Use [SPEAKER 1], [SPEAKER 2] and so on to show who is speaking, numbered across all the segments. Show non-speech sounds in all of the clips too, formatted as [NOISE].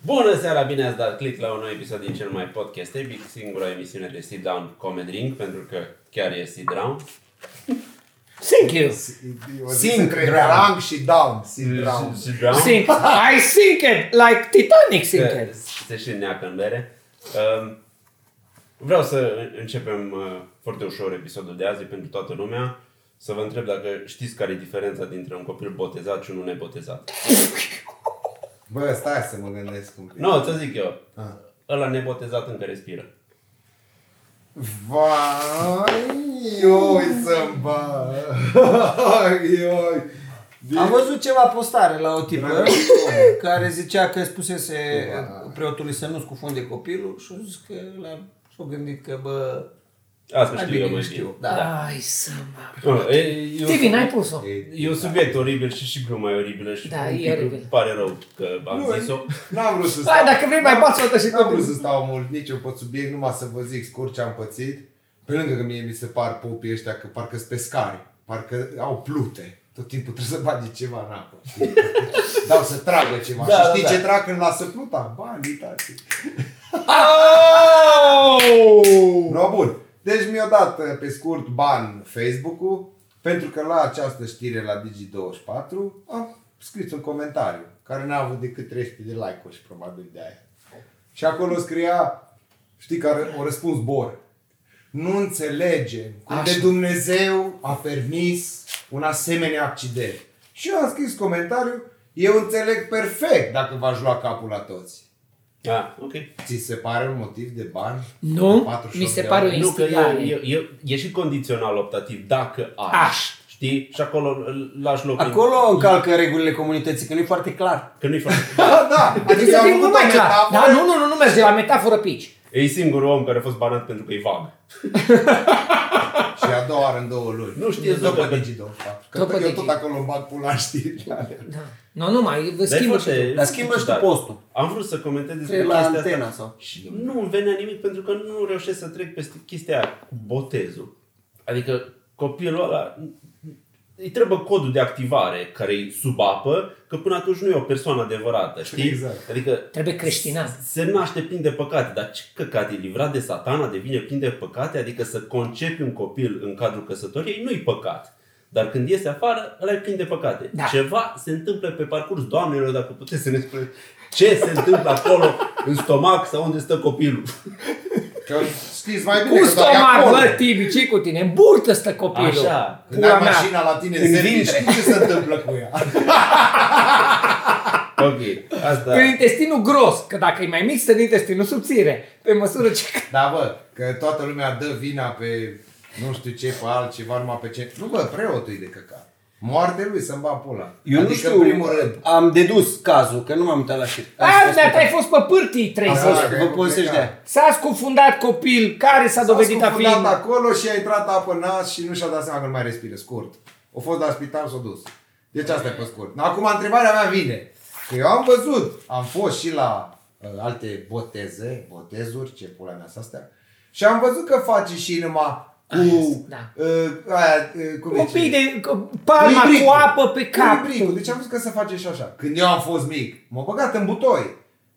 [SPEAKER 1] Bună seara, bine ați dat click la un nou episod din cel mai podcast epic, singura emisiune de sit down comedy drink, pentru că chiar e sit down.
[SPEAKER 2] Thank you.
[SPEAKER 3] Eu
[SPEAKER 2] Sink
[SPEAKER 3] zic între
[SPEAKER 2] down.
[SPEAKER 3] rank și down. Sink down.
[SPEAKER 1] Sit down.
[SPEAKER 3] [LAUGHS]
[SPEAKER 2] Sink. I sink it like Titanic sink
[SPEAKER 1] Că
[SPEAKER 2] it.
[SPEAKER 1] se și neacă în bere. Um, Vreau să începem uh, foarte ușor episodul de azi pentru toată lumea. Să vă întreb dacă știți care e diferența dintre un copil botezat și unul nebotezat.
[SPEAKER 3] Bă, stai să mă gândesc un pic.
[SPEAKER 1] Nu, ți zic eu.
[SPEAKER 3] Ah.
[SPEAKER 1] Ăla nebotezat încă respiră.
[SPEAKER 3] Vai, ioi să-mi bă. [LAUGHS] Ioi.
[SPEAKER 4] Am văzut ceva postare la o tipă
[SPEAKER 3] Dragă.
[SPEAKER 4] care zicea că spusese
[SPEAKER 3] Ba.
[SPEAKER 4] preotului să nu scufunde copilul și a zis că l-a și a gândit că bă,
[SPEAKER 1] Asta
[SPEAKER 4] mai
[SPEAKER 1] știu eu
[SPEAKER 4] bine nu
[SPEAKER 1] mai
[SPEAKER 4] știu.
[SPEAKER 1] știu.
[SPEAKER 4] Da.
[SPEAKER 2] Ai să mă...
[SPEAKER 1] Nu, e- e un-
[SPEAKER 2] Tivi, n-ai pus-o.
[SPEAKER 3] Oh!
[SPEAKER 1] E un subiect oribil și și gluma e oribilă și
[SPEAKER 2] Da,
[SPEAKER 1] un
[SPEAKER 2] e
[SPEAKER 1] pic
[SPEAKER 2] oribil.
[SPEAKER 1] îmi pare rău că am
[SPEAKER 3] Nu,
[SPEAKER 1] zis-o.
[SPEAKER 3] N-am vrut să stau.
[SPEAKER 2] Hai, dacă vrei mai bați o dată și
[SPEAKER 3] N-am vrut
[SPEAKER 2] copilul.
[SPEAKER 3] să stau mult niciun pe subiect, numai să vă zic scurt ce am pățit. Pe lângă că mie mi se par popii ăștia că parcă sunt pescari, parcă au plute. Tot timpul trebuie să bagi ceva în apă. Dau să tragă ceva.
[SPEAKER 1] Da,
[SPEAKER 3] și
[SPEAKER 1] da,
[SPEAKER 3] știi
[SPEAKER 1] da.
[SPEAKER 3] ce trag când lasă pluta? Bani, tati. No, bun. Deci mi-a dat uh, pe scurt ban Facebook-ul pentru că la această știre la Digi24 am scris un comentariu care n-a avut decât 300 de like-uri și probabil de aia. Și acolo scria, știi care o răspuns Bor. Nu înțelegem cum de Dumnezeu a permis un asemenea accident. Și eu am scris comentariu, eu înțeleg perfect dacă v-aș lua capul la toți.
[SPEAKER 1] Da, ok.
[SPEAKER 3] Ți se pare un motiv de bani? De
[SPEAKER 2] Nu,
[SPEAKER 3] 48
[SPEAKER 2] mi se
[SPEAKER 3] de
[SPEAKER 2] pare o
[SPEAKER 3] euro?
[SPEAKER 1] Nu, că e,
[SPEAKER 2] instigare.
[SPEAKER 1] e, e, e și condițional optativ, dacă aș,
[SPEAKER 2] Aș.
[SPEAKER 1] știi? Și acolo îl lași loc. în-
[SPEAKER 4] Acolo încalcă regulile comunității, că nu e foarte clar.
[SPEAKER 1] Că nu-i fac.
[SPEAKER 3] Da, [LAUGHS] da.
[SPEAKER 2] Adică să
[SPEAKER 3] am
[SPEAKER 2] fim
[SPEAKER 3] făcut
[SPEAKER 2] mult mai
[SPEAKER 3] o
[SPEAKER 2] clar.
[SPEAKER 3] metaforă.
[SPEAKER 2] Da, nu, nu, nu, nu merge la metaforă pici.
[SPEAKER 1] E singurul om care a fost banat pentru că e vag.
[SPEAKER 3] Și a doua oară în două luni.
[SPEAKER 1] Nu știe
[SPEAKER 3] da. după
[SPEAKER 1] Zuckerberg.
[SPEAKER 3] Digi24. Că
[SPEAKER 2] După
[SPEAKER 3] tot, eu
[SPEAKER 2] Digi.
[SPEAKER 3] tot acolo îmi bag pula în știri.
[SPEAKER 2] Da. Nu, nu mai, vă
[SPEAKER 1] Dar e
[SPEAKER 2] schimbă
[SPEAKER 1] foarte-
[SPEAKER 2] și tu.
[SPEAKER 4] Dar schimbă și tu
[SPEAKER 1] ciudat.
[SPEAKER 4] postul.
[SPEAKER 1] Am vrut să comentez despre
[SPEAKER 4] Trebuie la
[SPEAKER 1] chestia
[SPEAKER 4] antena
[SPEAKER 1] asta.
[SPEAKER 4] sau-
[SPEAKER 1] Și nu îmi venea nimic pentru că nu reușesc să trec peste chestia aia cu botezul. Adică copilul ăla îi trebuie codul de activare care e sub apă, că până atunci nu e o persoană adevărată, știi?
[SPEAKER 3] Exact.
[SPEAKER 1] Adică
[SPEAKER 2] Trebuie creștinat.
[SPEAKER 1] se naște plin de păcate, dar ce căcat e livrat de satana, devine plin de păcate, adică să concepi un copil în cadrul căsătoriei nu-i păcat. Dar când iese afară, ăla e plin de păcate.
[SPEAKER 2] Da.
[SPEAKER 1] Ceva se întâmplă pe parcurs, doamnelor, dacă puteți să ne spuneți ce se întâmplă acolo, în stomac sau unde stă copilul.
[SPEAKER 3] [LAUGHS] Că știți mai bine
[SPEAKER 2] Cu
[SPEAKER 3] că doar e
[SPEAKER 2] stomac,
[SPEAKER 3] acolo.
[SPEAKER 2] bă, Tibi, ce cu tine? În burtă stă copilul.
[SPEAKER 1] Așa.
[SPEAKER 3] Când ai
[SPEAKER 2] Pula mea.
[SPEAKER 3] mașina la tine
[SPEAKER 1] În
[SPEAKER 3] în serviciu,
[SPEAKER 1] vintre.
[SPEAKER 3] știi ce se întâmplă cu ea.
[SPEAKER 1] Ok,
[SPEAKER 3] Da.
[SPEAKER 1] asta...
[SPEAKER 3] Păi-
[SPEAKER 2] În intestinul gros, că dacă e mai mic, stă în intestinul subțire. Pe măsură ce...
[SPEAKER 3] [LAUGHS] Da, bă, că toată lumea dă vina pe nu știu ce, pe altceva, numai pe ce. Nu, bă, preotul e de căcat. Moarte lui să-mi bag pula.
[SPEAKER 4] Eu
[SPEAKER 3] adică,
[SPEAKER 4] nu știu,
[SPEAKER 3] în primul rând,
[SPEAKER 4] am dedus cazul, că nu m-am uitat la știri. Am
[SPEAKER 2] Azi,
[SPEAKER 4] fost-
[SPEAKER 2] dar ai fost pe pârtii trei.
[SPEAKER 4] Am
[SPEAKER 3] Da,
[SPEAKER 4] fost,
[SPEAKER 3] că
[SPEAKER 4] vă
[SPEAKER 3] ai
[SPEAKER 4] povestesc de
[SPEAKER 3] plecat.
[SPEAKER 4] aia.
[SPEAKER 2] S-a scufundat copil care s-a dovedit
[SPEAKER 3] S-a
[SPEAKER 2] a fi...
[SPEAKER 3] scufundat acolo și a intrat apă în nas și nu și-a dat seama că nu mai respiră, scurt. O fost la spital, s-a dus. Deci asta e pe scurt. Acum întrebarea mea vine. Că eu am văzut, am fost și la uh, alte boteze, botezuri, ce pula mea să astea. Și am văzut că face și numai cu
[SPEAKER 2] da.
[SPEAKER 3] uh, aia, uh, cum
[SPEAKER 2] Un
[SPEAKER 3] zice?
[SPEAKER 2] pic de palma cu
[SPEAKER 3] Luibricul.
[SPEAKER 2] apă pe cap.
[SPEAKER 3] Luibricul. Deci am zis că se face și așa. Când eu am fost mic, m-a băgat în butoi.
[SPEAKER 4] [LAUGHS]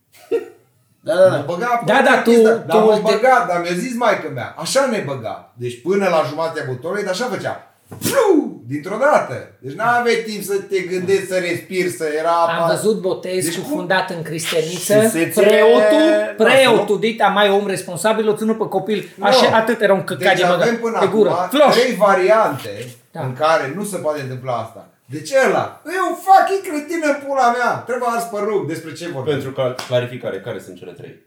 [SPEAKER 4] Da, da,
[SPEAKER 3] Mă
[SPEAKER 4] da.
[SPEAKER 3] băga,
[SPEAKER 2] Da, da, tu-
[SPEAKER 3] dar
[SPEAKER 2] tu
[SPEAKER 3] mă
[SPEAKER 2] te-
[SPEAKER 3] băga, dar mi-a zis maica mea, așa ne băga. Deci până la jumatea butonului, dar așa făcea. Fiu! Dintr-o dată. Deci n-aveai timp să te gândești, să respiri, să era apa.
[SPEAKER 2] Am văzut botez
[SPEAKER 3] Deci cum-
[SPEAKER 2] scufundat în
[SPEAKER 4] Și
[SPEAKER 2] cristerniță.
[SPEAKER 4] se ține-
[SPEAKER 2] Preotul,
[SPEAKER 4] Da,
[SPEAKER 2] preotul, dita mai om responsabil, o ținut pe copil. Așa, atât era un căcat
[SPEAKER 3] deci
[SPEAKER 2] de băgat.
[SPEAKER 3] avem până
[SPEAKER 2] Pe gură.
[SPEAKER 3] acum
[SPEAKER 2] Floș.
[SPEAKER 3] trei variante
[SPEAKER 2] Da.
[SPEAKER 3] în care nu se poate întâmpla asta. Deci ăla, e un fucking cretin în pula mea, trebuie ars pe rug, despre ce vorbim.
[SPEAKER 1] Pentru ca- clarificare, care sunt cele trei?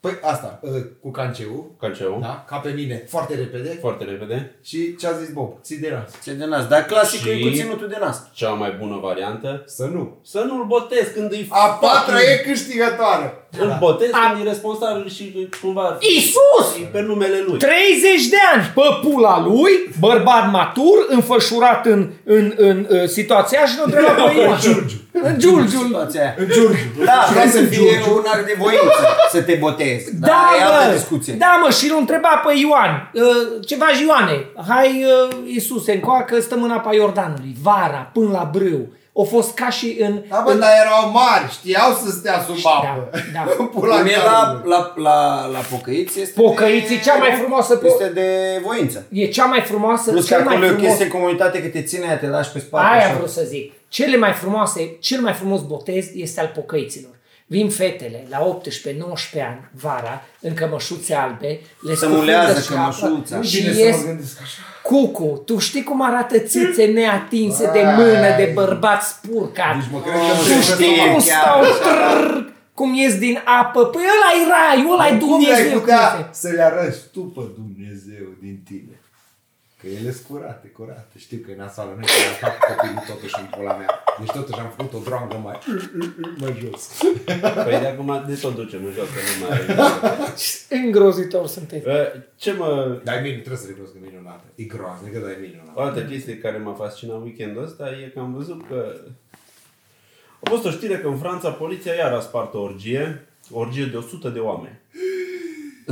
[SPEAKER 3] Păi asta, ă, cu canceu,
[SPEAKER 1] Canceu,
[SPEAKER 3] da, ca pe mine, foarte repede.
[SPEAKER 1] foarte repede.
[SPEAKER 3] Și ce a zis Bob? Ții de nas.
[SPEAKER 4] Ce de nas. Dar clasicul
[SPEAKER 1] Și-
[SPEAKER 4] e cu ținutul de nas.
[SPEAKER 1] Cea mai bună variantă,
[SPEAKER 3] Să nu.
[SPEAKER 1] să nu-l botez când îi
[SPEAKER 3] A patra e câștigătoare.
[SPEAKER 1] Îl botez
[SPEAKER 2] A-
[SPEAKER 1] când e responsabil și cumva...
[SPEAKER 2] Iisus!
[SPEAKER 1] E Păi, pe numele lui.
[SPEAKER 2] 30 de ani pe pula lui, bărbat matur, înfășurat în, în, în, în situația aia și nu trebuie la În Giurgiu. În Giurgiu.
[SPEAKER 4] Situația aia.
[SPEAKER 3] În Giurgiu.
[SPEAKER 4] Da,
[SPEAKER 3] În
[SPEAKER 4] trebuie să fie
[SPEAKER 3] Giurgiu.
[SPEAKER 4] un act de voință să te botezi.
[SPEAKER 2] Da,
[SPEAKER 4] Dar e altă
[SPEAKER 2] mă,
[SPEAKER 4] discuție.
[SPEAKER 2] da, mă, și îl întreba pe Ioan, uh, ceva ă, Ioane, hai uh, Iisuse, încoacă, stăm în apa Iordanului, vara, până la brâu, a fost ca și în...
[SPEAKER 3] Da, bă,
[SPEAKER 2] în...
[SPEAKER 3] dar erau mari, știau să stea sub apă.
[SPEAKER 2] Da,
[SPEAKER 3] [LAUGHS]
[SPEAKER 2] da.
[SPEAKER 3] Pula
[SPEAKER 4] Cum e la,
[SPEAKER 3] la...
[SPEAKER 4] la, la, la pocăiți este
[SPEAKER 2] Pocăiții, cea mai frumoasă... Po-
[SPEAKER 4] este de voință.
[SPEAKER 2] e cea mai frumoasă,
[SPEAKER 4] Plus că
[SPEAKER 2] cel mai
[SPEAKER 4] acolo e o
[SPEAKER 2] frumos...
[SPEAKER 4] chestie în comunitate că te ține, aia, te lași pe spate.
[SPEAKER 2] Aia
[SPEAKER 4] așa.
[SPEAKER 2] vreau să zic. Cele mai frumoase, cel mai frumos botez este al pocăiților. Vin fetele la 18-19 ani, vara, în cămășuțe albe, le
[SPEAKER 4] Se mulează
[SPEAKER 2] scufundă și apă
[SPEAKER 4] cămășuța. Nu
[SPEAKER 2] și
[SPEAKER 3] să mă
[SPEAKER 2] ies
[SPEAKER 3] gândesc așa.
[SPEAKER 2] cucu. Tu știi cum arată țâțe neatinse de mână, de bărbat spurcat.
[SPEAKER 3] Deci mă cred că
[SPEAKER 2] Tu
[SPEAKER 3] nu
[SPEAKER 2] știi
[SPEAKER 4] știu
[SPEAKER 2] cum
[SPEAKER 4] chiar.
[SPEAKER 2] stau trrr, cum ies din apă? Păi ăla-i rai, ăla-i
[SPEAKER 3] Cum ai
[SPEAKER 2] Dumnezeu.
[SPEAKER 3] putea să le arăți tu pe Dumnezeu din tine? Că ele sunt curate, curate. Știu că e nasoală, nu știu, am făcut copilul totuși în pula mea. Deci totuși am făcut o droangă mai, mai jos.
[SPEAKER 1] Păi de acum de tot ducem în jos, că nu [LAUGHS] mai are.
[SPEAKER 2] Îngrozitor sunteți.
[SPEAKER 1] Uh, Ce mă...
[SPEAKER 3] Dar e minunat, trebuie să recunosc că e minunată. E groaznică, dar e minunată.
[SPEAKER 1] O altă chestie care m-a fascinat weekendul ăsta e că am văzut că... A fost o știre că în Franța poliția iar a spart o orgie, o orgie de 100 de oameni.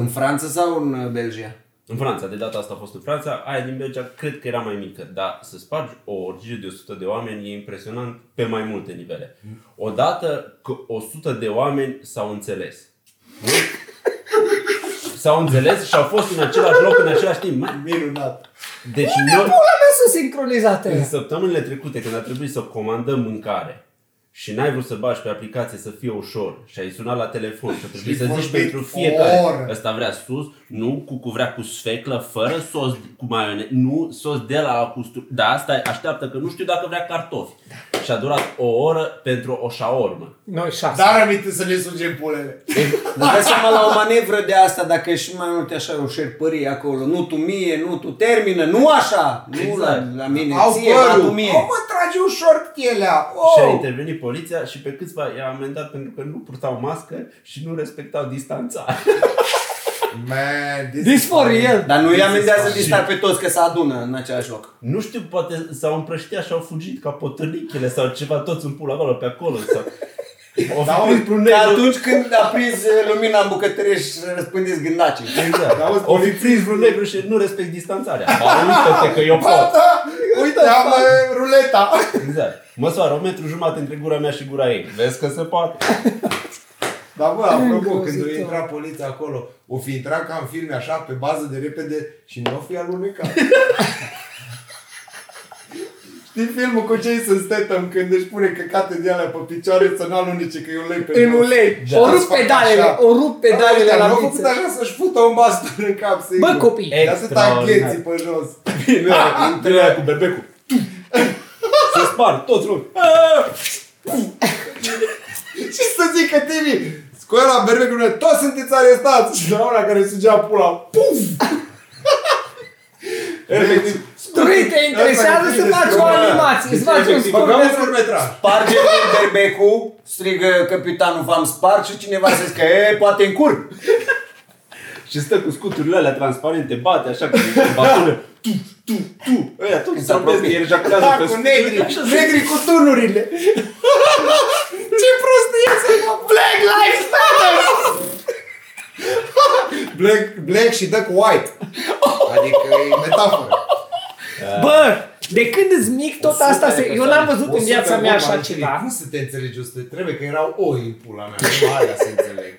[SPEAKER 4] În Franța sau în uh, Belgia?
[SPEAKER 1] În Franța, de data asta a fost în Franța, aia din Belgia cred că era mai mică, dar să spargi o orgie de 100 de oameni e impresionant pe mai multe nivele. Odată că 100 de oameni s-au înțeles. Nu? S-au înțeles și au fost în același loc în același timp. Mai-
[SPEAKER 3] Minunat.
[SPEAKER 1] Deci
[SPEAKER 2] Pula
[SPEAKER 1] noi,
[SPEAKER 2] mea sunt sincronizate.
[SPEAKER 1] în săptămânile trecute, când a trebuit să comandăm mâncare și n-ai vrut să bagi pe aplicație să fie ușor și ai sunat la telefon și a trebuit
[SPEAKER 3] Și
[SPEAKER 1] să zici
[SPEAKER 3] vorbit
[SPEAKER 1] pentru
[SPEAKER 3] o
[SPEAKER 1] fiecare
[SPEAKER 3] oră.
[SPEAKER 1] ăsta vrea sus, nu, cu cu vrea cu sfeclă, fără sos cu maioneză, nu, sos de la cu stru... Da, asta așteaptă că nu știu dacă vrea cartofi.
[SPEAKER 3] Da.
[SPEAKER 1] Și a durat o oră pentru o șaormă.
[SPEAKER 2] Noi șase.
[SPEAKER 4] Da,
[SPEAKER 3] Dar aminte să ne sugem pulele.
[SPEAKER 4] Dar dai seama la o manevră de asta, dacă ești mai multe așa o șerpărie acolo, nu tu mie, nu tu termină, nu așa, nu
[SPEAKER 1] Exact.
[SPEAKER 4] la, la mine,
[SPEAKER 3] Au
[SPEAKER 4] ție, la tu
[SPEAKER 3] părul.
[SPEAKER 4] mie.
[SPEAKER 3] Cum mă trage ușor pielea?
[SPEAKER 1] Și a
[SPEAKER 3] Oh!
[SPEAKER 1] intervenit poliția și pe câțiva i-a amendat pentru că nu purtau mască și nu respectau [LAUGHS] distanțare.
[SPEAKER 3] Man, this,
[SPEAKER 2] This for real.
[SPEAKER 4] Dar nu îi amendează distar pe toți că se adună în același loc.
[SPEAKER 1] Nu știu, poate s-au împrăștiat și au fugit ca potârnichele sau ceva, toți în pula acolo, pe acolo.
[SPEAKER 3] [LAUGHS]
[SPEAKER 1] Sau... O
[SPEAKER 3] Da,
[SPEAKER 1] prins
[SPEAKER 3] mă,
[SPEAKER 1] vreun
[SPEAKER 4] Că
[SPEAKER 1] negru.
[SPEAKER 4] atunci când aprinzi lumina în bucătărie și răspândiți gândacii.
[SPEAKER 1] Exact.
[SPEAKER 3] Da, auzi,
[SPEAKER 1] O fi
[SPEAKER 3] poliția-
[SPEAKER 1] prins vreun negru și nu respect distanțarea. Ba, uite-te că eu pot.
[SPEAKER 3] Gata! Uite, am eh, ruleta!
[SPEAKER 1] Exact. Măsoară un metru jumate între gura mea și gura ei. Vezi că se poate.
[SPEAKER 3] Dar bă, apropo, când
[SPEAKER 2] Îngrozitor.
[SPEAKER 3] o intra poliția acolo, o fi intrat ca în filme așa, pe bază de repede și nu o fi alunecat. Știi filmul cu cei sunt Statham când își pune căcate de alea pe picioare să nu alunice, că e ulei pe
[SPEAKER 2] În
[SPEAKER 3] jos.
[SPEAKER 2] ulei.
[SPEAKER 1] Da.
[SPEAKER 2] O rup pedalele,
[SPEAKER 3] Așa.
[SPEAKER 2] o rup pedalele
[SPEAKER 3] Ăștia
[SPEAKER 2] la
[SPEAKER 3] nu au făcut
[SPEAKER 2] viță.
[SPEAKER 3] așa să-și fută un baston în cap, sigur.
[SPEAKER 2] Bă, copii.
[SPEAKER 3] De atâta gheții pe jos.
[SPEAKER 1] Nu era cu bebecul. Se spar toți lumea.
[SPEAKER 3] Ce să zică Timi? Scoala berbecului, toți sunteți arestați! Și la una care sugea pula, puf! [LAUGHS] Efectiv,
[SPEAKER 2] Trei te interesează să faci o animație, să faci un
[SPEAKER 3] Efectiv,
[SPEAKER 2] scurt
[SPEAKER 3] Băgăm un
[SPEAKER 2] de...
[SPEAKER 3] curmetraj.
[SPEAKER 4] Sparge berbecu, strigă capitanul, v-am spart și cineva se că e, poate în cur.
[SPEAKER 1] Și stă cu scuturile alea transparente, bate așa cu batonul. Tu, tu, tu. Ăia toți
[SPEAKER 4] Când
[SPEAKER 1] se
[SPEAKER 4] se apropie.
[SPEAKER 1] apropie. El ejaculează
[SPEAKER 3] Da,
[SPEAKER 1] pe
[SPEAKER 3] cu
[SPEAKER 1] scuturile.
[SPEAKER 3] negri, negri cu [LAUGHS] tunurile. Ce prostie să Black Lives Matter! Black, black și dă cu [LAUGHS] white. Adică e metaforă.
[SPEAKER 2] Bă, de când îți mic tot asta se... Eu n-am văzut în
[SPEAKER 3] 100
[SPEAKER 2] viața
[SPEAKER 3] de
[SPEAKER 2] mea
[SPEAKER 3] ori m-am
[SPEAKER 2] așa
[SPEAKER 3] întâlnit.
[SPEAKER 2] ceva.
[SPEAKER 3] Cum să te înțelegi 100? Trebuie că erau oi în pula mea. Nu alea să înțeleg.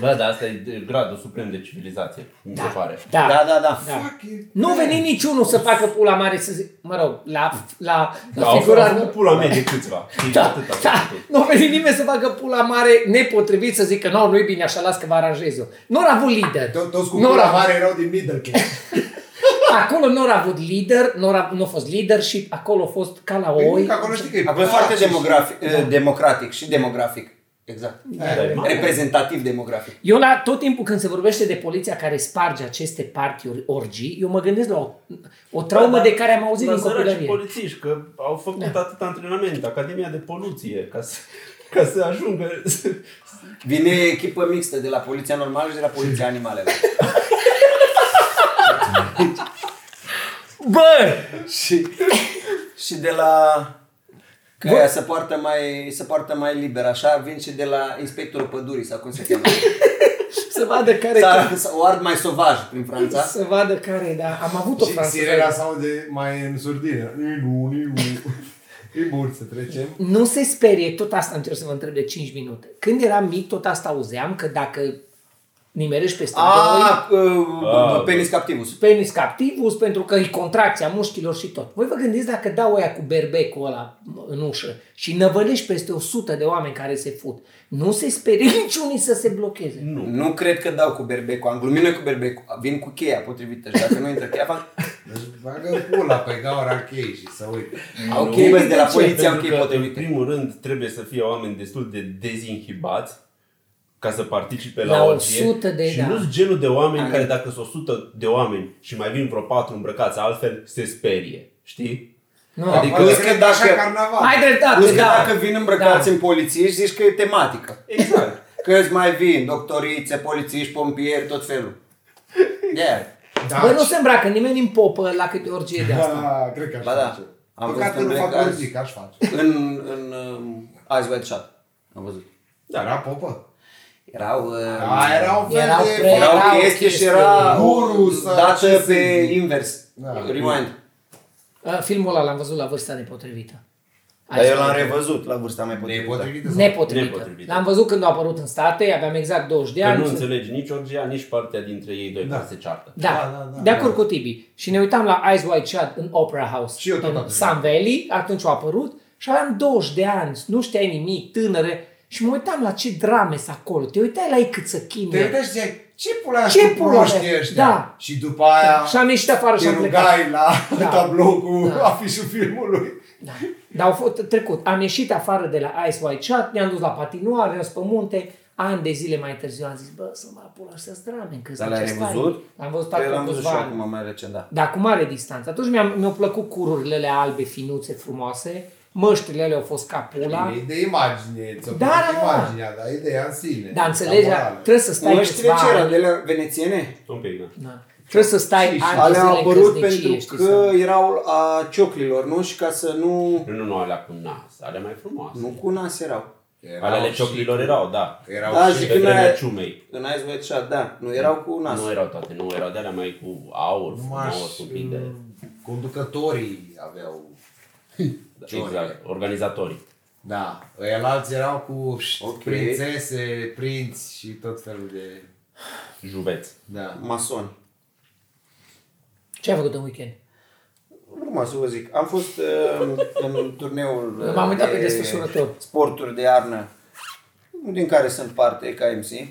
[SPEAKER 1] Bă, dar asta e gradul suprem de civilizație, mi se pare.
[SPEAKER 4] Da, da, da.
[SPEAKER 2] Da.
[SPEAKER 3] Fucking
[SPEAKER 2] Nu veni niciunul să facă pula mare să zic, mă rog, la, la,
[SPEAKER 1] Da,
[SPEAKER 2] la
[SPEAKER 1] au
[SPEAKER 2] figura...
[SPEAKER 1] făcut pula mea de câțiva. Știi,
[SPEAKER 2] Da,
[SPEAKER 1] atâta.
[SPEAKER 2] da. Nu a venit nimeni să facă pula mare nepotrivit să zică, nu, nu-i bine, așa las că vă aranjez eu. Nu au avut lider.
[SPEAKER 3] To- Toți cu
[SPEAKER 2] Nu au
[SPEAKER 3] pula
[SPEAKER 2] avut-
[SPEAKER 3] mare erau din middle class.
[SPEAKER 2] Acolo nu au avut lider, nu au- nu a fost leadership, acolo a fost ca la
[SPEAKER 3] Păi nu,
[SPEAKER 2] oi.
[SPEAKER 3] că Acolo știi că e
[SPEAKER 4] Acolo e foarte
[SPEAKER 3] pace Da, și-
[SPEAKER 4] demografic, eh, democratic și demografic. Exact.
[SPEAKER 2] Da.
[SPEAKER 3] Da.
[SPEAKER 1] Dar, mamă,
[SPEAKER 4] Reprezentativ demografic.
[SPEAKER 2] Eu la tot timpul când se vorbește de poliția care sparge aceste partiuri orgii, eu mă gândesc la o, o traumă
[SPEAKER 1] Dar-
[SPEAKER 2] de care am auzit
[SPEAKER 1] dar
[SPEAKER 2] din
[SPEAKER 1] săracii
[SPEAKER 2] copilărie.
[SPEAKER 1] polițiști, că au făcut
[SPEAKER 2] Da.
[SPEAKER 1] atât antrenament, Academia de Poluție, ca să, ca să ajungă...
[SPEAKER 4] Vine echipă mixtă de la poliția normală și de la poliția animalelor.
[SPEAKER 2] Bă!
[SPEAKER 4] și, și de la... Că aia se poartă, mai, se poartă mai liber, așa, vin și de la inspectorul pădurii sau cum se [LAUGHS] cheamă.
[SPEAKER 2] Să vadă care...
[SPEAKER 4] Țară, o ard mai sovaj prin Franța.
[SPEAKER 2] Să vadă care, da, am avut o
[SPEAKER 3] Și
[SPEAKER 2] franceză.
[SPEAKER 3] sirena se aude mai în surdină. Ilu, ilu. E bun să trecem.
[SPEAKER 2] Nu se sperie, tot asta încerc să vă întreb de 5 minute. Când eram mic, tot asta auzeam, că dacă nimerești peste doi,
[SPEAKER 4] A, uh,
[SPEAKER 1] Ah,
[SPEAKER 4] penis captivus.
[SPEAKER 2] penis captivus, pentru că e contracția mușchilor și tot. Voi vă gândiți dacă dau aia cu berbecul ăla în ușă și năvălești peste 100 de oameni care se fut, nu se sperie [LAUGHS] niciunii să se blocheze.
[SPEAKER 1] Nu.
[SPEAKER 4] Nu cred că dau cu berbecul. Am glumit noi cu berbecul. Vin cu cheia potrivită și dacă nu intră cheia, fac... [LAUGHS]
[SPEAKER 3] Deci bagă pula pe gaura chei și să uite.
[SPEAKER 4] Au
[SPEAKER 1] Nu.
[SPEAKER 4] chei vezi, de la
[SPEAKER 1] Ce?
[SPEAKER 4] poliție, au
[SPEAKER 1] Pentru
[SPEAKER 4] chei
[SPEAKER 1] că, În
[SPEAKER 4] potrivite.
[SPEAKER 1] primul rând, trebuie să fie oameni destul de dezinhibați ca să participe
[SPEAKER 2] La
[SPEAKER 1] la, orgie.
[SPEAKER 2] 100 de-
[SPEAKER 1] și
[SPEAKER 2] da.
[SPEAKER 1] nu genul de oameni
[SPEAKER 4] Am
[SPEAKER 1] care dacă sunt 100 de oameni și mai vin vreo 4 îmbrăcați altfel, se sperie. Știi?
[SPEAKER 2] Nu.
[SPEAKER 4] Adică
[SPEAKER 3] Acum
[SPEAKER 4] zic
[SPEAKER 3] cred
[SPEAKER 4] că
[SPEAKER 3] că e așa
[SPEAKER 4] dacă-
[SPEAKER 3] carnaval.
[SPEAKER 2] Ai
[SPEAKER 4] Plus
[SPEAKER 2] dreptate,
[SPEAKER 4] că
[SPEAKER 2] da.
[SPEAKER 4] dacă vin îmbrăcați în poliție și zici că e tematică.
[SPEAKER 1] Exact.
[SPEAKER 4] Că îți mai vin doctorițe, polițiști, pompieri, tot felul. Yeah.
[SPEAKER 3] Da,
[SPEAKER 2] Bă, nu se îmbracă nimeni în popă la câte orgie de asta.
[SPEAKER 3] Da, cred că aș
[SPEAKER 4] Ba da.
[SPEAKER 3] face.
[SPEAKER 4] Am
[SPEAKER 3] Păcat că
[SPEAKER 4] văzut
[SPEAKER 3] nu
[SPEAKER 4] un
[SPEAKER 3] fac
[SPEAKER 4] black
[SPEAKER 3] un
[SPEAKER 4] azi.
[SPEAKER 3] zic, aș face.
[SPEAKER 4] În, în um, Eyes Wide Shut. Am văzut.
[SPEAKER 1] Da.
[SPEAKER 3] Era popă.
[SPEAKER 4] Erau... Uh,
[SPEAKER 3] Da, era un fel
[SPEAKER 2] Erau
[SPEAKER 3] de...
[SPEAKER 2] pre-
[SPEAKER 4] erau
[SPEAKER 2] erau
[SPEAKER 4] chestii și
[SPEAKER 2] chestii.
[SPEAKER 4] era
[SPEAKER 3] Guru sau ce
[SPEAKER 4] dată
[SPEAKER 3] să
[SPEAKER 4] pe
[SPEAKER 3] zic.
[SPEAKER 4] invers.
[SPEAKER 3] Da.
[SPEAKER 4] Rewind. Da.
[SPEAKER 2] Uh, Filmul ăla l-am văzut la vârsta nepotrivită.
[SPEAKER 4] Dar eu l-am revăzut la vârsta mai potrivită.
[SPEAKER 3] Nepotrivită. sau-
[SPEAKER 2] Nepotrivită.
[SPEAKER 1] Nepotrivită.
[SPEAKER 2] L-am văzut când a apărut în state, aveam exact 20 de
[SPEAKER 1] Că nu
[SPEAKER 2] ani.
[SPEAKER 1] înțelegi nici orgia, nici partea dintre ei doi care se ceartă.
[SPEAKER 2] Da,
[SPEAKER 3] Da, da, da,
[SPEAKER 2] de acord cu Tibi. Și ne uitam la Eyes Wide Shut în Opera House.
[SPEAKER 3] Și eu tot
[SPEAKER 2] în
[SPEAKER 3] atunci.
[SPEAKER 2] Sun Valley, atunci a apărut și aveam 20 de ani, nu știai nimic, tânăre. Și mă uitam la ce drame sunt acolo. Te uitai la ei cât să
[SPEAKER 3] Te
[SPEAKER 2] chinuie.
[SPEAKER 3] uiteai și ziceai, ce pula
[SPEAKER 2] Ce
[SPEAKER 3] ce
[SPEAKER 2] pula mea?
[SPEAKER 3] proști ăștia?
[SPEAKER 2] Da.
[SPEAKER 3] Și după aia
[SPEAKER 2] Și am ieșit afară și
[SPEAKER 3] te
[SPEAKER 2] am plecat.
[SPEAKER 3] rugai la [LAUGHS]
[SPEAKER 2] Da.
[SPEAKER 3] tablou cu
[SPEAKER 2] Da.
[SPEAKER 3] afișul filmului.
[SPEAKER 2] Da. Dar au fost trecut. Am ieșit afară de la Ice White Chat, ne-am dus la patinoare, ne-am dus pe munte. Ani de zile mai târziu am zis, bă, să mă apula să strame. Că
[SPEAKER 4] Dar l-ai revăzut?
[SPEAKER 2] Am văzut
[SPEAKER 4] Eu l-am
[SPEAKER 2] parcă
[SPEAKER 4] văzut și
[SPEAKER 2] câțiva
[SPEAKER 4] eu
[SPEAKER 2] ani.
[SPEAKER 4] acum mai recent, da.
[SPEAKER 2] Dar cu mare distanță. Atunci mi-am, mi-au plăcut cururile alea albe, finuțe, frumoase. Măștile alea au fost capula.
[SPEAKER 3] E de imagine, ți-o
[SPEAKER 2] Da,
[SPEAKER 3] da,
[SPEAKER 2] da, da.
[SPEAKER 3] imaginea, dar ideea în sine.
[SPEAKER 2] Dar înțelegi,
[SPEAKER 3] la morală.
[SPEAKER 2] trebuie să stai
[SPEAKER 4] Măștile
[SPEAKER 2] câțiva
[SPEAKER 4] ce erau?
[SPEAKER 2] ani.
[SPEAKER 4] De la venețiene?
[SPEAKER 1] Un pic, da.
[SPEAKER 2] Da. Trebuie să stai
[SPEAKER 3] Și-
[SPEAKER 2] ani de
[SPEAKER 4] Alea au
[SPEAKER 2] zile în
[SPEAKER 4] apărut
[SPEAKER 2] căsnicie,
[SPEAKER 4] pentru
[SPEAKER 2] știi,
[SPEAKER 4] că
[SPEAKER 2] să-
[SPEAKER 4] erau a cioclilor, nu? Și ca să nu...
[SPEAKER 1] Nu, nu, nu, alea cu nas, alea mai frumoase.
[SPEAKER 4] Nu cu nas erau.
[SPEAKER 3] Erau
[SPEAKER 1] Alea ale
[SPEAKER 3] și-
[SPEAKER 1] cioclilor erau, da.
[SPEAKER 3] Erau
[SPEAKER 4] Da,
[SPEAKER 3] da,
[SPEAKER 1] Și
[SPEAKER 4] zic-
[SPEAKER 3] și...
[SPEAKER 1] pe
[SPEAKER 4] când
[SPEAKER 1] vremea
[SPEAKER 4] aia-
[SPEAKER 1] ciumei.
[SPEAKER 4] În Eyes Wide Shut, da. Nu erau cu nas.
[SPEAKER 1] Nu erau toate, nu erau de alea mai cu aur,
[SPEAKER 3] Numai
[SPEAKER 1] frumos, un pic de...
[SPEAKER 3] uh, conducătorii aveau...
[SPEAKER 1] Exact, organizatorii.
[SPEAKER 3] Da, ăia alții erau cu
[SPEAKER 4] Ok.
[SPEAKER 3] prințese, prinți și tot felul de...
[SPEAKER 1] Juveți.
[SPEAKER 3] Da.
[SPEAKER 4] Masoni.
[SPEAKER 2] Ce ai făcut în weekend?
[SPEAKER 4] Urma să vă zic. Am fost uh, în, în turneul
[SPEAKER 2] [LAUGHS]
[SPEAKER 4] uh,
[SPEAKER 2] M-am uitat pe
[SPEAKER 4] de
[SPEAKER 2] desfășurător.
[SPEAKER 4] sporturi de iarnă, din care sunt parte ca MC.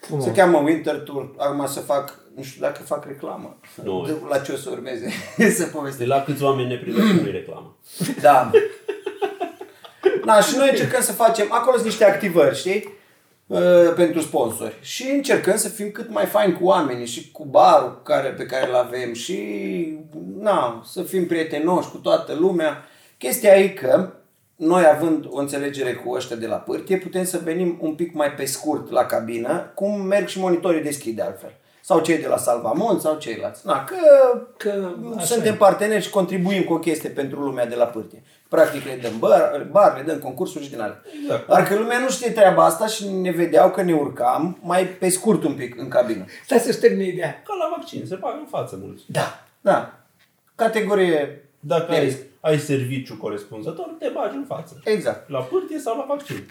[SPEAKER 2] Frumos.
[SPEAKER 4] Se cheamă Winter Tour. Acum să fac, nu știu dacă fac reclamă.
[SPEAKER 1] Nu.
[SPEAKER 4] De- [LAUGHS] La ce o să urmeze să povestesc.
[SPEAKER 1] De la câți oameni ne primesc nu reclamă.
[SPEAKER 4] Da. Da, și noi încercăm să facem, acolo sunt niște activări, știi? Uh, pentru sponsori. Și încercăm să fim cât mai faini cu oamenii și cu barul cu care, pe care îl avem și na, să fim prietenoși cu toată lumea. Chestia e că noi având o înțelegere cu ăștia de la pârtie, putem să venim un pic mai pe scurt la cabină, cum merg și monitorii deschid de altfel. Sau cei de la Salvamont sau ceilalți. Na, că,
[SPEAKER 2] Că așa
[SPEAKER 4] suntem
[SPEAKER 2] e.
[SPEAKER 4] parteneri și contribuim cu o chestie pentru lumea de la pârtie. Practic le dăm bar, bar le dăm concursuri și din alea.
[SPEAKER 1] Exact.
[SPEAKER 4] Dar că lumea nu știe treaba asta și ne vedeau că ne urcam mai pe scurt un pic în cabină.
[SPEAKER 2] Stai să-și termine ideea.
[SPEAKER 1] Ca la vaccin, se bagă în față mulți.
[SPEAKER 4] Da. Da. Categorie.
[SPEAKER 1] Dacă
[SPEAKER 4] de
[SPEAKER 1] ai,
[SPEAKER 4] risc.
[SPEAKER 1] ai serviciu corespunzător, te bagi în față.
[SPEAKER 4] Exact.
[SPEAKER 1] La pârtie sau la vaccin.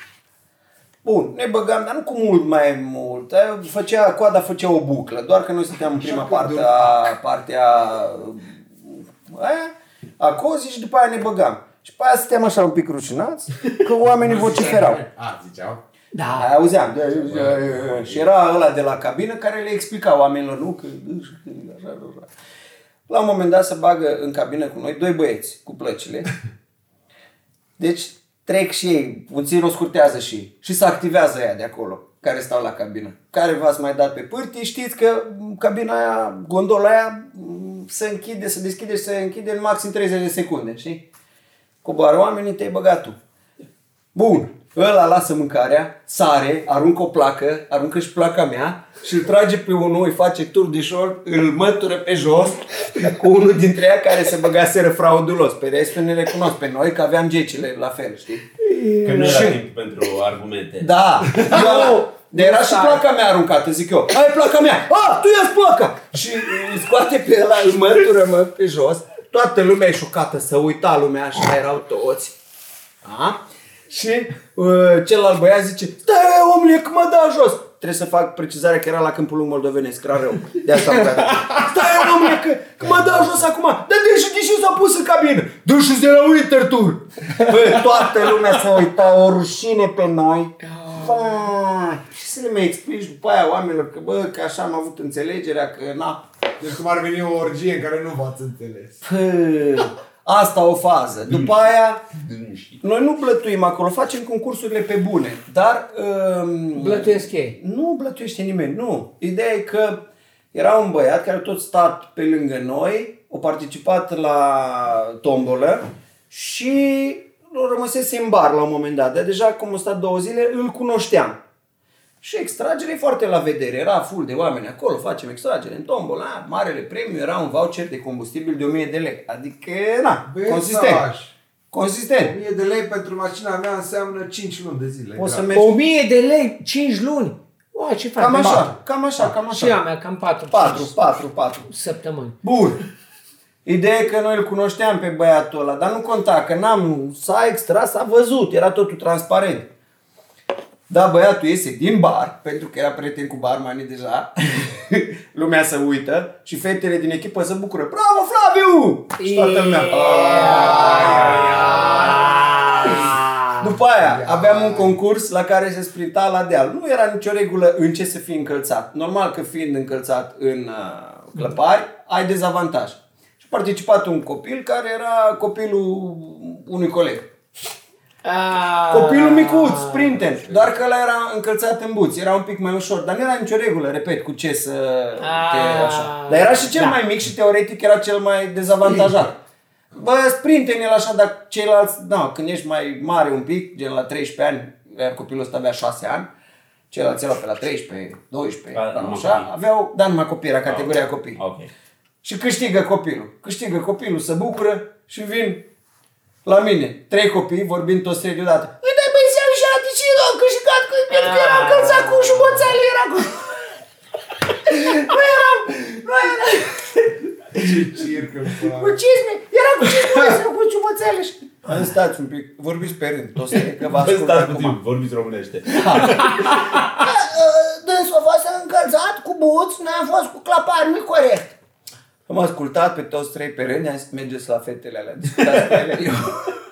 [SPEAKER 4] Bun, ne băgam, dar nu cu mult mai mult. Eh, Făcea, coada făcea o buclă, doar că noi stăteam în prima
[SPEAKER 3] că
[SPEAKER 4] parte
[SPEAKER 3] de-
[SPEAKER 4] a, partea aia, a cozii și după aia ne băgam. Și după aia stăteam așa un pic rușinați, că oamenii vociferau.
[SPEAKER 3] A, ziceau.
[SPEAKER 2] Da.
[SPEAKER 4] Aia auzeam. Da, da, da, da, da. Și era ăla de la cabină care le explica oamenilor, nu? Că... La un moment dat se bagă în cabină cu noi doi băieți cu plăcile. Deci trec și ei, puțin o scurtează și ei. Și se activează aia de acolo, care stau la cabină. Care v-ați mai dat pe pârtii, știți că m, cabina aia, gondola aia m, se închide, se deschide și se închide în maxim 30 de secunde, știi? Coboară oamenii, te-ai băgat tu. Bun. Ăla lasă mâncarea, sare, aruncă o placă, aruncă și placa mea și îl trage pe unul, îi face tur de șor, îl mătură pe jos cu unul dintre ei care se băgaseră fraudulos. Pe restul ne recunosc pe noi că aveam gecile la fel, știi?
[SPEAKER 1] Că nu
[SPEAKER 4] Și-
[SPEAKER 1] era timp pentru argumente.
[SPEAKER 4] Da. Eu, de era și
[SPEAKER 2] sare.
[SPEAKER 4] placa mea aruncată, zic eu. Ai placa mea. A, tu ia placa. Și îl scoate pe ăla, îl mătură mă, pe jos. Toată lumea e șocată, să uita lumea așa, erau toți. A? Și uh, celălalt băiat zice, stai bă, omule, că mă da jos. Trebuie să fac precizarea că era la câmpul lung moldovenesc, era rău. De asta am dat. Stai bă, omule, că, că mă da jos acum. Dar de și deși s-a pus în cabină. De și de la Winterthur. Bă, toată lumea s-a uitat, o rușine pe noi. Vai, și să le mai explici după aia oamenilor că bă, că așa am avut înțelegerea, că na,
[SPEAKER 3] Deci cum ar veni o orgie în care nu v-ați înțeles.
[SPEAKER 4] Pă, asta o fază. După aia, noi nu blătuim acolo, facem concursurile pe bune, dar... Um,
[SPEAKER 2] Blătuiesc ei.
[SPEAKER 4] Nu blătuiește nimeni, nu. Ideea e că era un băiat care a tot stat pe lângă noi, a participat la tombolă și o rămăsese în bar la un moment dat, dar deja cum a stat două zile, îl cunoșteam. Și extragere e foarte la vedere, era full de oameni acolo, facem extragere în tombola, marele premiu era un voucher de combustibil de 1000 de lei, adică, na,
[SPEAKER 3] Băi,
[SPEAKER 4] consistent,
[SPEAKER 3] saș.
[SPEAKER 4] consistent.
[SPEAKER 3] 1000 de lei pentru mașina mea înseamnă 5 luni de zile. Da,
[SPEAKER 4] Poți să
[SPEAKER 3] Gata.
[SPEAKER 4] mergi,
[SPEAKER 2] 1000 de lei, 5 luni. O, ce fac?
[SPEAKER 4] cam
[SPEAKER 2] Patru.
[SPEAKER 4] așa, cam așa, cam
[SPEAKER 2] Și a
[SPEAKER 4] așa,
[SPEAKER 2] mea, cam 4,
[SPEAKER 4] 4, 4, 4.
[SPEAKER 2] săptămâni.
[SPEAKER 4] Bun. Ideea e că noi îl cunoșteam pe băiatul ăla, dar nu conta, că n-am, s-a extras, s-a văzut, era totul transparent. Da, băiatul iese din bar, pentru că era prieten cu barmanii deja, [LAUGHS] lumea se uită și fetele din echipă se bucură. Bravo, Flaviu! Și toată lumea. Da.
[SPEAKER 2] Ah,
[SPEAKER 4] După aia, aveam un concurs la care se sprinta la deal. Nu era nicio regulă în ce să fii încălțat. Normal că fiind încălțat în uh, clăpari, ai dezavantaj. Și a participat un copil care era copilul unui coleg.
[SPEAKER 2] A,
[SPEAKER 4] Copilul micuț, sprinten. Doar că ăla era încălțat în buți, era un pic mai ușor, dar nu era nicio regulă, repet, cu ce să te
[SPEAKER 2] Ah.
[SPEAKER 4] așa. Dar era și cel
[SPEAKER 2] Da.
[SPEAKER 4] mai mic și teoretic era cel mai dezavantajat. Bă, sprinten el așa, dar ceilalți, na, când ești mai mare un pic, gen la 13 ani, iar copilul ăsta avea 6 ani, ceilalți erau pe la 13, 12,
[SPEAKER 1] Da,
[SPEAKER 4] da,
[SPEAKER 1] numai
[SPEAKER 4] așa,
[SPEAKER 1] copii.
[SPEAKER 4] aveau, dar numai copii, era categoria copii.
[SPEAKER 1] Ok.
[SPEAKER 4] Și câștigă copilul. Câștigă copilul, se bucură și vin la mine. Trei copii, vorbind toți trei deodată. Îi dai băi seama și arată și eu am câștigat cu pentru că eram călțat cu șuboțele, era cu... nu eram, nu eram,
[SPEAKER 3] Ce circ în
[SPEAKER 4] cu
[SPEAKER 3] fac.
[SPEAKER 4] cizme, era cu cizme, sau cu șuboțele și... Am stați un pic, vorbiți pe rând, toți trei, că vă
[SPEAKER 1] Bă,
[SPEAKER 4] ascult
[SPEAKER 1] stați puțin,
[SPEAKER 4] acum.
[SPEAKER 1] vorbiți românește.
[SPEAKER 4] Dânsul a fost încălțat cu buți, n-a fost cu clapar, nu corect. Am ascultat pe toți trei pe rând, am zis, mergeți la fetele alea, discutați cu ele. Eu- [LAUGHS]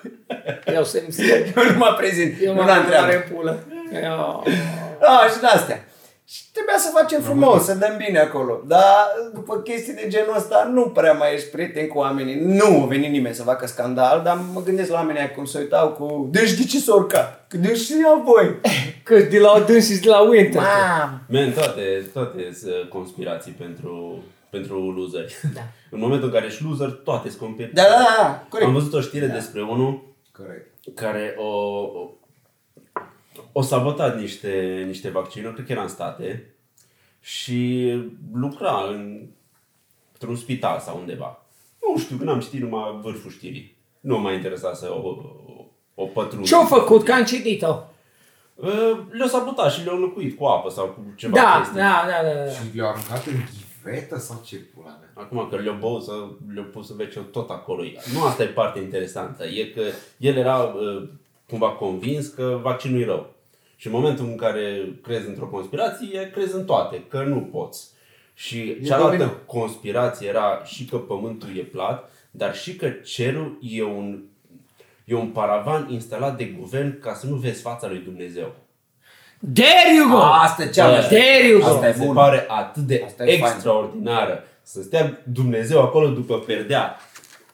[SPEAKER 2] Eu sunt singur.
[SPEAKER 4] Eu nu mă prezint,
[SPEAKER 2] Eu
[SPEAKER 4] nu
[SPEAKER 2] mă
[SPEAKER 4] la
[SPEAKER 2] întreabă.
[SPEAKER 4] întreabă.
[SPEAKER 2] în pulă. Eu-
[SPEAKER 4] Da, și de astea. Și trebuia să facem frumos, să dăm bine acolo. Dar după chestii de genul ăsta nu prea mai ești prieten cu oamenii. Nu a venit nimeni să facă scandal, dar mă gândesc la oamenii aia cum se uitau cu... Deci de ce s-a urcat? Că deci și ia [LAUGHS] voi.
[SPEAKER 2] Că de la Odâns și de la Winter.
[SPEAKER 4] Mam.
[SPEAKER 1] Man, toate, toate sunt conspirații pentru, pentru loseri. Da. [LAUGHS] în momentul în care ești loser, toate sunt conspirații.
[SPEAKER 4] Da, da, da, corect.
[SPEAKER 1] Am văzut o știre da. despre unul
[SPEAKER 3] Corect.
[SPEAKER 1] care o, o, o sabotat niște, niște vaccinuri, cred că era în state, și lucra în, într-un spital sau undeva. Nu știu, n-am citit numai vârful știrii. Nu m-a interesat să o, o, o pătrund.
[SPEAKER 2] Ce-au făcut? Că am citit-o.
[SPEAKER 1] Uh, Le-au sabotat și le-au înlocuit cu apă sau cu ceva
[SPEAKER 2] Da,
[SPEAKER 1] chestii.
[SPEAKER 2] da, da, da, da.
[SPEAKER 3] Și le-au aruncat în ghivetă sau ce pula mea?
[SPEAKER 1] Acum că le-au băut, să le-au pus să bece tot acolo. Nu asta e partea interesantă. E că el era uh, cumva convins că vaccinul e rău. Și în momentul în care crezi într-o conspirație, crezi în toate, că nu poți. Și cealaltă
[SPEAKER 3] dominant.
[SPEAKER 1] conspirație era și că pământul e plat, dar și că cerul e un, e un paravan instalat de guvern ca să nu vezi fața lui Dumnezeu.
[SPEAKER 2] There you go!
[SPEAKER 4] Asta e cea mai...
[SPEAKER 2] There you go!
[SPEAKER 1] Asta
[SPEAKER 4] e
[SPEAKER 1] se
[SPEAKER 4] bun.
[SPEAKER 1] pare atât de
[SPEAKER 4] Asta e fain.
[SPEAKER 1] extraordinară. Să stea Dumnezeu acolo după perdea.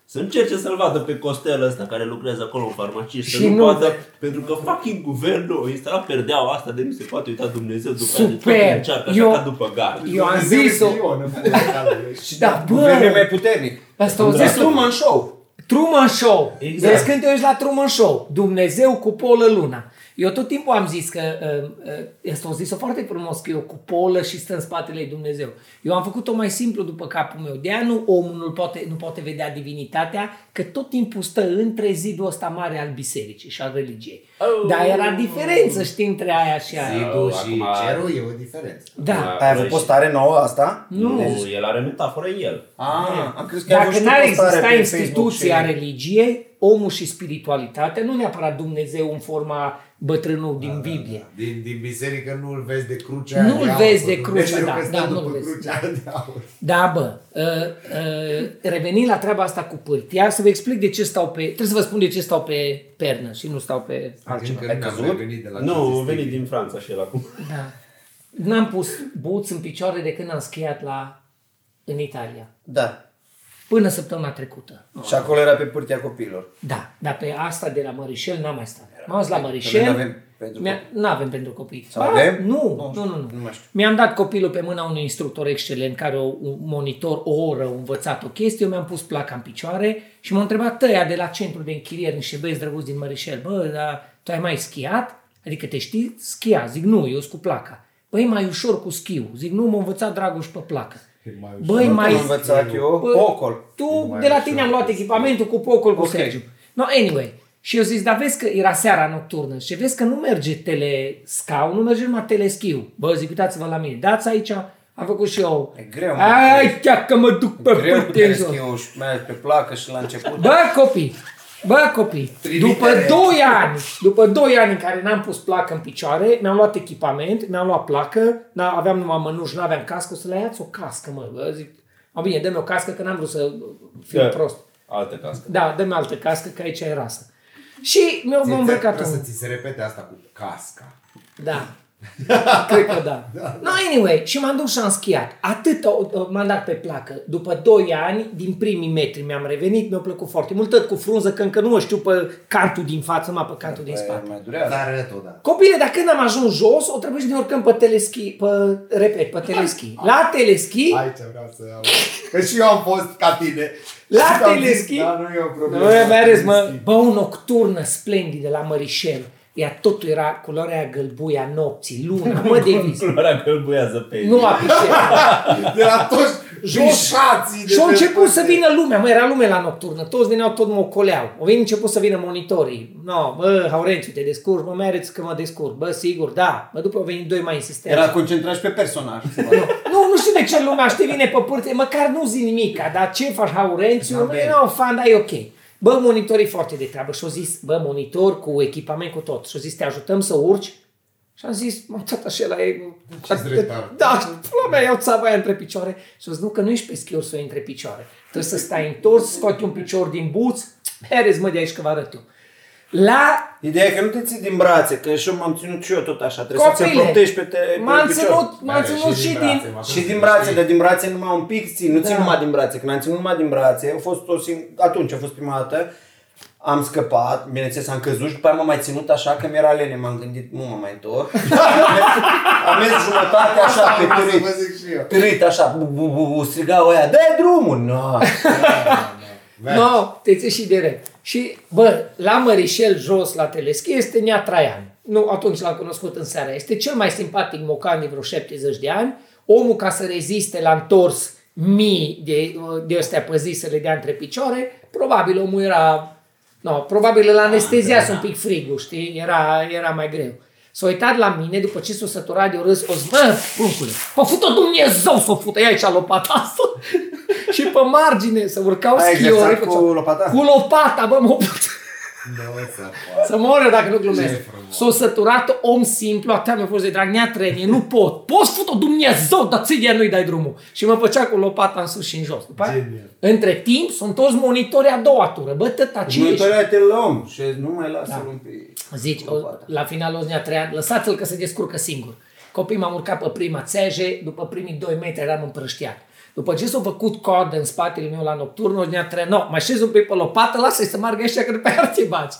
[SPEAKER 1] Să încerce să-l vadă pe Costel ăsta care lucrează acolo în farmacie și,
[SPEAKER 2] Și
[SPEAKER 1] să nu,
[SPEAKER 2] nu.
[SPEAKER 1] poată, pentru că fucking guvernul o instala perdeaua asta de nu se poate uita Dumnezeu după ea. Deci
[SPEAKER 2] Super.
[SPEAKER 1] totul încearcă așa
[SPEAKER 2] Eu-
[SPEAKER 1] ca după gard.
[SPEAKER 2] Eu am
[SPEAKER 3] Dumnezeu
[SPEAKER 2] zis-o.
[SPEAKER 3] e Zion, în pula mea, lui.
[SPEAKER 4] Și
[SPEAKER 2] Da,
[SPEAKER 4] da,
[SPEAKER 2] bă.
[SPEAKER 4] guvernul e mai puternic.
[SPEAKER 2] Asta o
[SPEAKER 4] Vezi
[SPEAKER 2] zis
[SPEAKER 4] tu, mă, în show.
[SPEAKER 2] Truman Show.
[SPEAKER 1] Exact.
[SPEAKER 2] Exact. Deci când te uiți la Truman Show, Dumnezeu cu polă luna. Eu tot timpul am zis că, uh, uh, este o zis-o foarte frumos, că eu cu polă și stă în spatele lui Dumnezeu. Eu am făcut-o mai simplu după capul meu. De aia nu omul nu poate, nu poate vedea divinitatea, că tot timpul stă între zidul ăsta mare al bisericii și al religiei.
[SPEAKER 1] Oh.
[SPEAKER 2] Oh. Dar era diferență, știi, între aia și aia.
[SPEAKER 3] Zidul
[SPEAKER 1] Acum-
[SPEAKER 3] și cerul e o diferență.
[SPEAKER 2] Da.
[SPEAKER 1] Acum
[SPEAKER 4] Ai avut
[SPEAKER 1] și-
[SPEAKER 4] postare nouă asta?
[SPEAKER 1] Nu, el are metaforă în el.
[SPEAKER 4] Ah, am crezut că ai
[SPEAKER 2] Dacă
[SPEAKER 4] avut și tu
[SPEAKER 2] n-ar
[SPEAKER 4] postare
[SPEAKER 2] exista
[SPEAKER 4] pe
[SPEAKER 2] instituția
[SPEAKER 4] Facebook și-
[SPEAKER 2] religiei, omul și spiritualitatea, nu neapărat Dumnezeu în forma bătrânul
[SPEAKER 4] Da,
[SPEAKER 2] din Biblie.
[SPEAKER 3] Din, din biserică nu-l vezi de crucea
[SPEAKER 2] Nu-l
[SPEAKER 3] de aur,
[SPEAKER 2] vezi
[SPEAKER 3] [LAUGHS]
[SPEAKER 2] de
[SPEAKER 3] că
[SPEAKER 2] crucea,
[SPEAKER 3] Dumnezeu
[SPEAKER 2] da,
[SPEAKER 3] că stă
[SPEAKER 2] da,
[SPEAKER 3] după
[SPEAKER 2] nu-l vezi,
[SPEAKER 3] crucea de aur.
[SPEAKER 2] Da, bă, uh, uh, revenind la treaba asta cu pârtia, să vă explic de ce stau pe... Trebuie să vă spun de ce stau pe pernă și nu stau pe altceva.
[SPEAKER 3] Încă nu am revenit de la
[SPEAKER 1] Nu, a
[SPEAKER 3] Justice
[SPEAKER 1] venit
[SPEAKER 3] League.
[SPEAKER 1] din Franța și el acum. [LAUGHS]
[SPEAKER 2] Da. N-am pus buți în picioare de când am schiat la... în Italia.
[SPEAKER 4] Da.
[SPEAKER 2] Până săptămâna trecută.
[SPEAKER 4] Și acolo era pe pârtia copiilor.
[SPEAKER 2] Da, dar pe asta de la Mărișel n-am mai stat. M-am dus la
[SPEAKER 4] Că
[SPEAKER 2] Mărișel.
[SPEAKER 4] noi n-avem pentru
[SPEAKER 2] mi-a- N-avem pentru copii.
[SPEAKER 4] Sau avem?
[SPEAKER 2] Nu, nu, nu.
[SPEAKER 4] nu
[SPEAKER 2] nu.
[SPEAKER 4] mai știu.
[SPEAKER 2] Mi-am dat copilul pe mâna unui instructor excelent care o, un monitor o oră a învățat o chestie, eu mi-am pus placa în picioare și m-a întrebat tăia de la centru de închiriere în Șebeș, drăguț din Mărișel, bă, dar tu ai mai schiat? Adică te știi schia? Zic, nu, eu sunt cu placa. Băi, mai ușor cu schiu. Zic, nu, m-a învățat Dragoș pe placă.
[SPEAKER 3] mai ușor.
[SPEAKER 2] Băi,
[SPEAKER 4] Am
[SPEAKER 2] mai
[SPEAKER 4] învățat eu
[SPEAKER 2] Bă,
[SPEAKER 4] ocol.
[SPEAKER 2] Tu,
[SPEAKER 3] mai
[SPEAKER 2] de la
[SPEAKER 3] ușor.
[SPEAKER 2] tine am luat echipamentul cu pocol cu
[SPEAKER 4] Ok.
[SPEAKER 2] Sergiu. No, anyway. Și eu zic, dar vezi că era seara nocturnă și vezi că nu merge telescau, nu merge numai teleschiu. Bă, zic, uitați-vă la mine, dați aici, am făcut și eu.
[SPEAKER 4] E greu, mă,
[SPEAKER 2] Ai, chiar că mă duc pe Da.
[SPEAKER 4] Greu cu
[SPEAKER 2] pârtie în jos.
[SPEAKER 4] tereschiul și mai ales pe placă și la început.
[SPEAKER 2] Bă, copii! Bă, copii!
[SPEAKER 3] Trimite-le.
[SPEAKER 2] După 2 ani, după 2 ani în care n-am pus placă în picioare, mi-am luat echipament, mi-am luat placă, n-a- aveam numai mănuși, n-aveam cască, o să le iați o cască, mă. Bă, zic, mă bine, dă-mi o cască că n-am vrut să fiu
[SPEAKER 1] Da.
[SPEAKER 2] prost.
[SPEAKER 1] Altă cască.
[SPEAKER 2] Da, dă-mi altă cască că aici e rasă. Și mi-am
[SPEAKER 3] Ți-
[SPEAKER 2] îmbrăcat-o.
[SPEAKER 3] Trebuie să ți se repete asta cu casca.
[SPEAKER 2] Da. [LAUGHS] Cred că da. No, anyway, și m-am dus și am schiat. Atât o- o- m-am dat pe placă. După 2 ani, din primii metri mi-am revenit, mi-a plăcut foarte mult, tot cu frunză, că încă nu mă știu pe cantul din față, mă pe cantul din
[SPEAKER 4] Păi,
[SPEAKER 2] spate.
[SPEAKER 4] Mai durează.
[SPEAKER 3] Dar da. arăt odată.
[SPEAKER 2] Copile, dacă când am ajuns jos, o trebuie să ne urcăm pe teleschi, pe, repet, pe teleschi. La teleschi,
[SPEAKER 3] Aici vreau să am. Că și eu am fost ca tine.
[SPEAKER 2] La
[SPEAKER 3] Și am zis,
[SPEAKER 2] teleschi?
[SPEAKER 3] Da, nu e o problemă.
[SPEAKER 2] Noi mai ales, mă,
[SPEAKER 3] Teleschi.
[SPEAKER 2] bă, o nocturnă splendidă la Mărișel. Ea totul era culoarea aia gălbuie a nopții, luna, mă, de vis.
[SPEAKER 1] Culoarea că îl buiază pe el.
[SPEAKER 2] Nu a
[SPEAKER 3] [LAUGHS]
[SPEAKER 2] pișel.
[SPEAKER 3] De la toți
[SPEAKER 2] Jos.
[SPEAKER 3] pișații. de
[SPEAKER 2] Și a
[SPEAKER 3] pe
[SPEAKER 2] început
[SPEAKER 3] toate.
[SPEAKER 2] să vină lumea, mă, era lume la nocturnă, toți veneau, tot mă ocoleau. Au venit început să vină monitorii. No, bă, Haurențiu, te descurci, mă, mereți că mă descurc. Bă, sigur, da. Bă, după au venit doi mai insistenți.
[SPEAKER 4] Era concentrat și pe personaj. se pare.
[SPEAKER 2] Nu, nu știu de ce lumea te vine pe pârtie, măcar nu zi nimic, dar ce faci, Haurențiu?
[SPEAKER 3] Da,
[SPEAKER 2] Nu,
[SPEAKER 3] bine.
[SPEAKER 2] nu, fan, dar e ok. Bă, monitorii foarte de treabă și-au zis, bă, monitor cu echipament cu tot. Și-au zis, te ajutăm să urci? Și am zis, mă, tot așa la e...
[SPEAKER 3] Ce-s retard.
[SPEAKER 2] Da, pula mea, iau țava aia între picioare. Și-au zis, nu, că nu ești pe schiuri să o iei între picioare. Trebuie să stai întors, scoți un picior din buț, merezi, mă, de aici că vă arăt eu. La
[SPEAKER 4] Ideea e că nu te ții din brațe, că și eu m-am ținut și eu tot așa. Trebuie să te
[SPEAKER 2] copile,
[SPEAKER 4] protești pe, te, pe
[SPEAKER 2] m-am
[SPEAKER 4] picior.
[SPEAKER 2] ținut, m-am
[SPEAKER 3] Are
[SPEAKER 2] ținut și din...
[SPEAKER 3] brațe, mă,
[SPEAKER 4] Și din
[SPEAKER 3] trebuie
[SPEAKER 4] brațe,
[SPEAKER 3] să-
[SPEAKER 4] dar din brațe numai un pic țin, nu țin
[SPEAKER 2] Da.
[SPEAKER 4] numai din brațe. Când am ținut numai din brațe, a fost o sing- atunci a fost prima dată, am scăpat, bineînțeles am căzut și după aia m-am mai ținut așa că mi-era lene, m-am gândit, nu mă mai întorc. am, mers, am mers jumătate așa
[SPEAKER 3] Asta
[SPEAKER 4] pe
[SPEAKER 3] vreau să vă
[SPEAKER 4] târât,
[SPEAKER 3] zic și eu.
[SPEAKER 4] târât așa, bu, bu, bu, bu, strigau aia, dă drumul! [LAUGHS] No.
[SPEAKER 3] Vezi?
[SPEAKER 2] No, te ții și direct. Și, bă, la Mărișel, jos, la teleschi, este Nea Traian. Nu, atunci l-am cunoscut în seara. Este cel mai simpatic mocan din vreo 70 de ani. Omul, ca să reziste, l-a întors mii de, de astea pe zi să le dea între picioare. Probabil omul era... No, probabil îl anesteziase un pic frigul, știi? Era, era mai greu. S-a uitat la mine după ce s-a săturat de râs, o zis, bă, pruncule, a făcut-o Dumnezeu să o fută, ia aici lopata asta. [LAUGHS] și pe margine să urcau
[SPEAKER 4] Ai
[SPEAKER 2] schiori.
[SPEAKER 4] exersat cu lopata?
[SPEAKER 2] Cu lopata, bă, mă
[SPEAKER 3] Nu Da, să
[SPEAKER 2] [LAUGHS]
[SPEAKER 3] poate.
[SPEAKER 2] să mor eu dacă nu glumesc.
[SPEAKER 3] Ce frumos.
[SPEAKER 2] S-a săturat om simplu, atâta mi-a fost de drag, nea trenie, nu pot. Poți fut-o Dumnezeu, dar ție nu-i dai drumul. Și mă făcea cu lopata în sus și în jos. După aia,
[SPEAKER 3] Genial.
[SPEAKER 2] între timp, sunt toți monitorii a doua tură. Bă, tăta, ce ești?
[SPEAKER 4] Următoarea te luăm și nu mai lasă-l un pic.
[SPEAKER 2] Zici, o, la final o zi a treia, lăsați-l că se descurcă singur. Copii m-am urcat pe prima țeje, după primii 2 metri eram împrăștiat. După ce s-a făcut cordă în spatele meu la nocturnă, o zi a treia, no, mai șezi un pic pe lopată, lasă-i să margă ăștia că după aia te bați.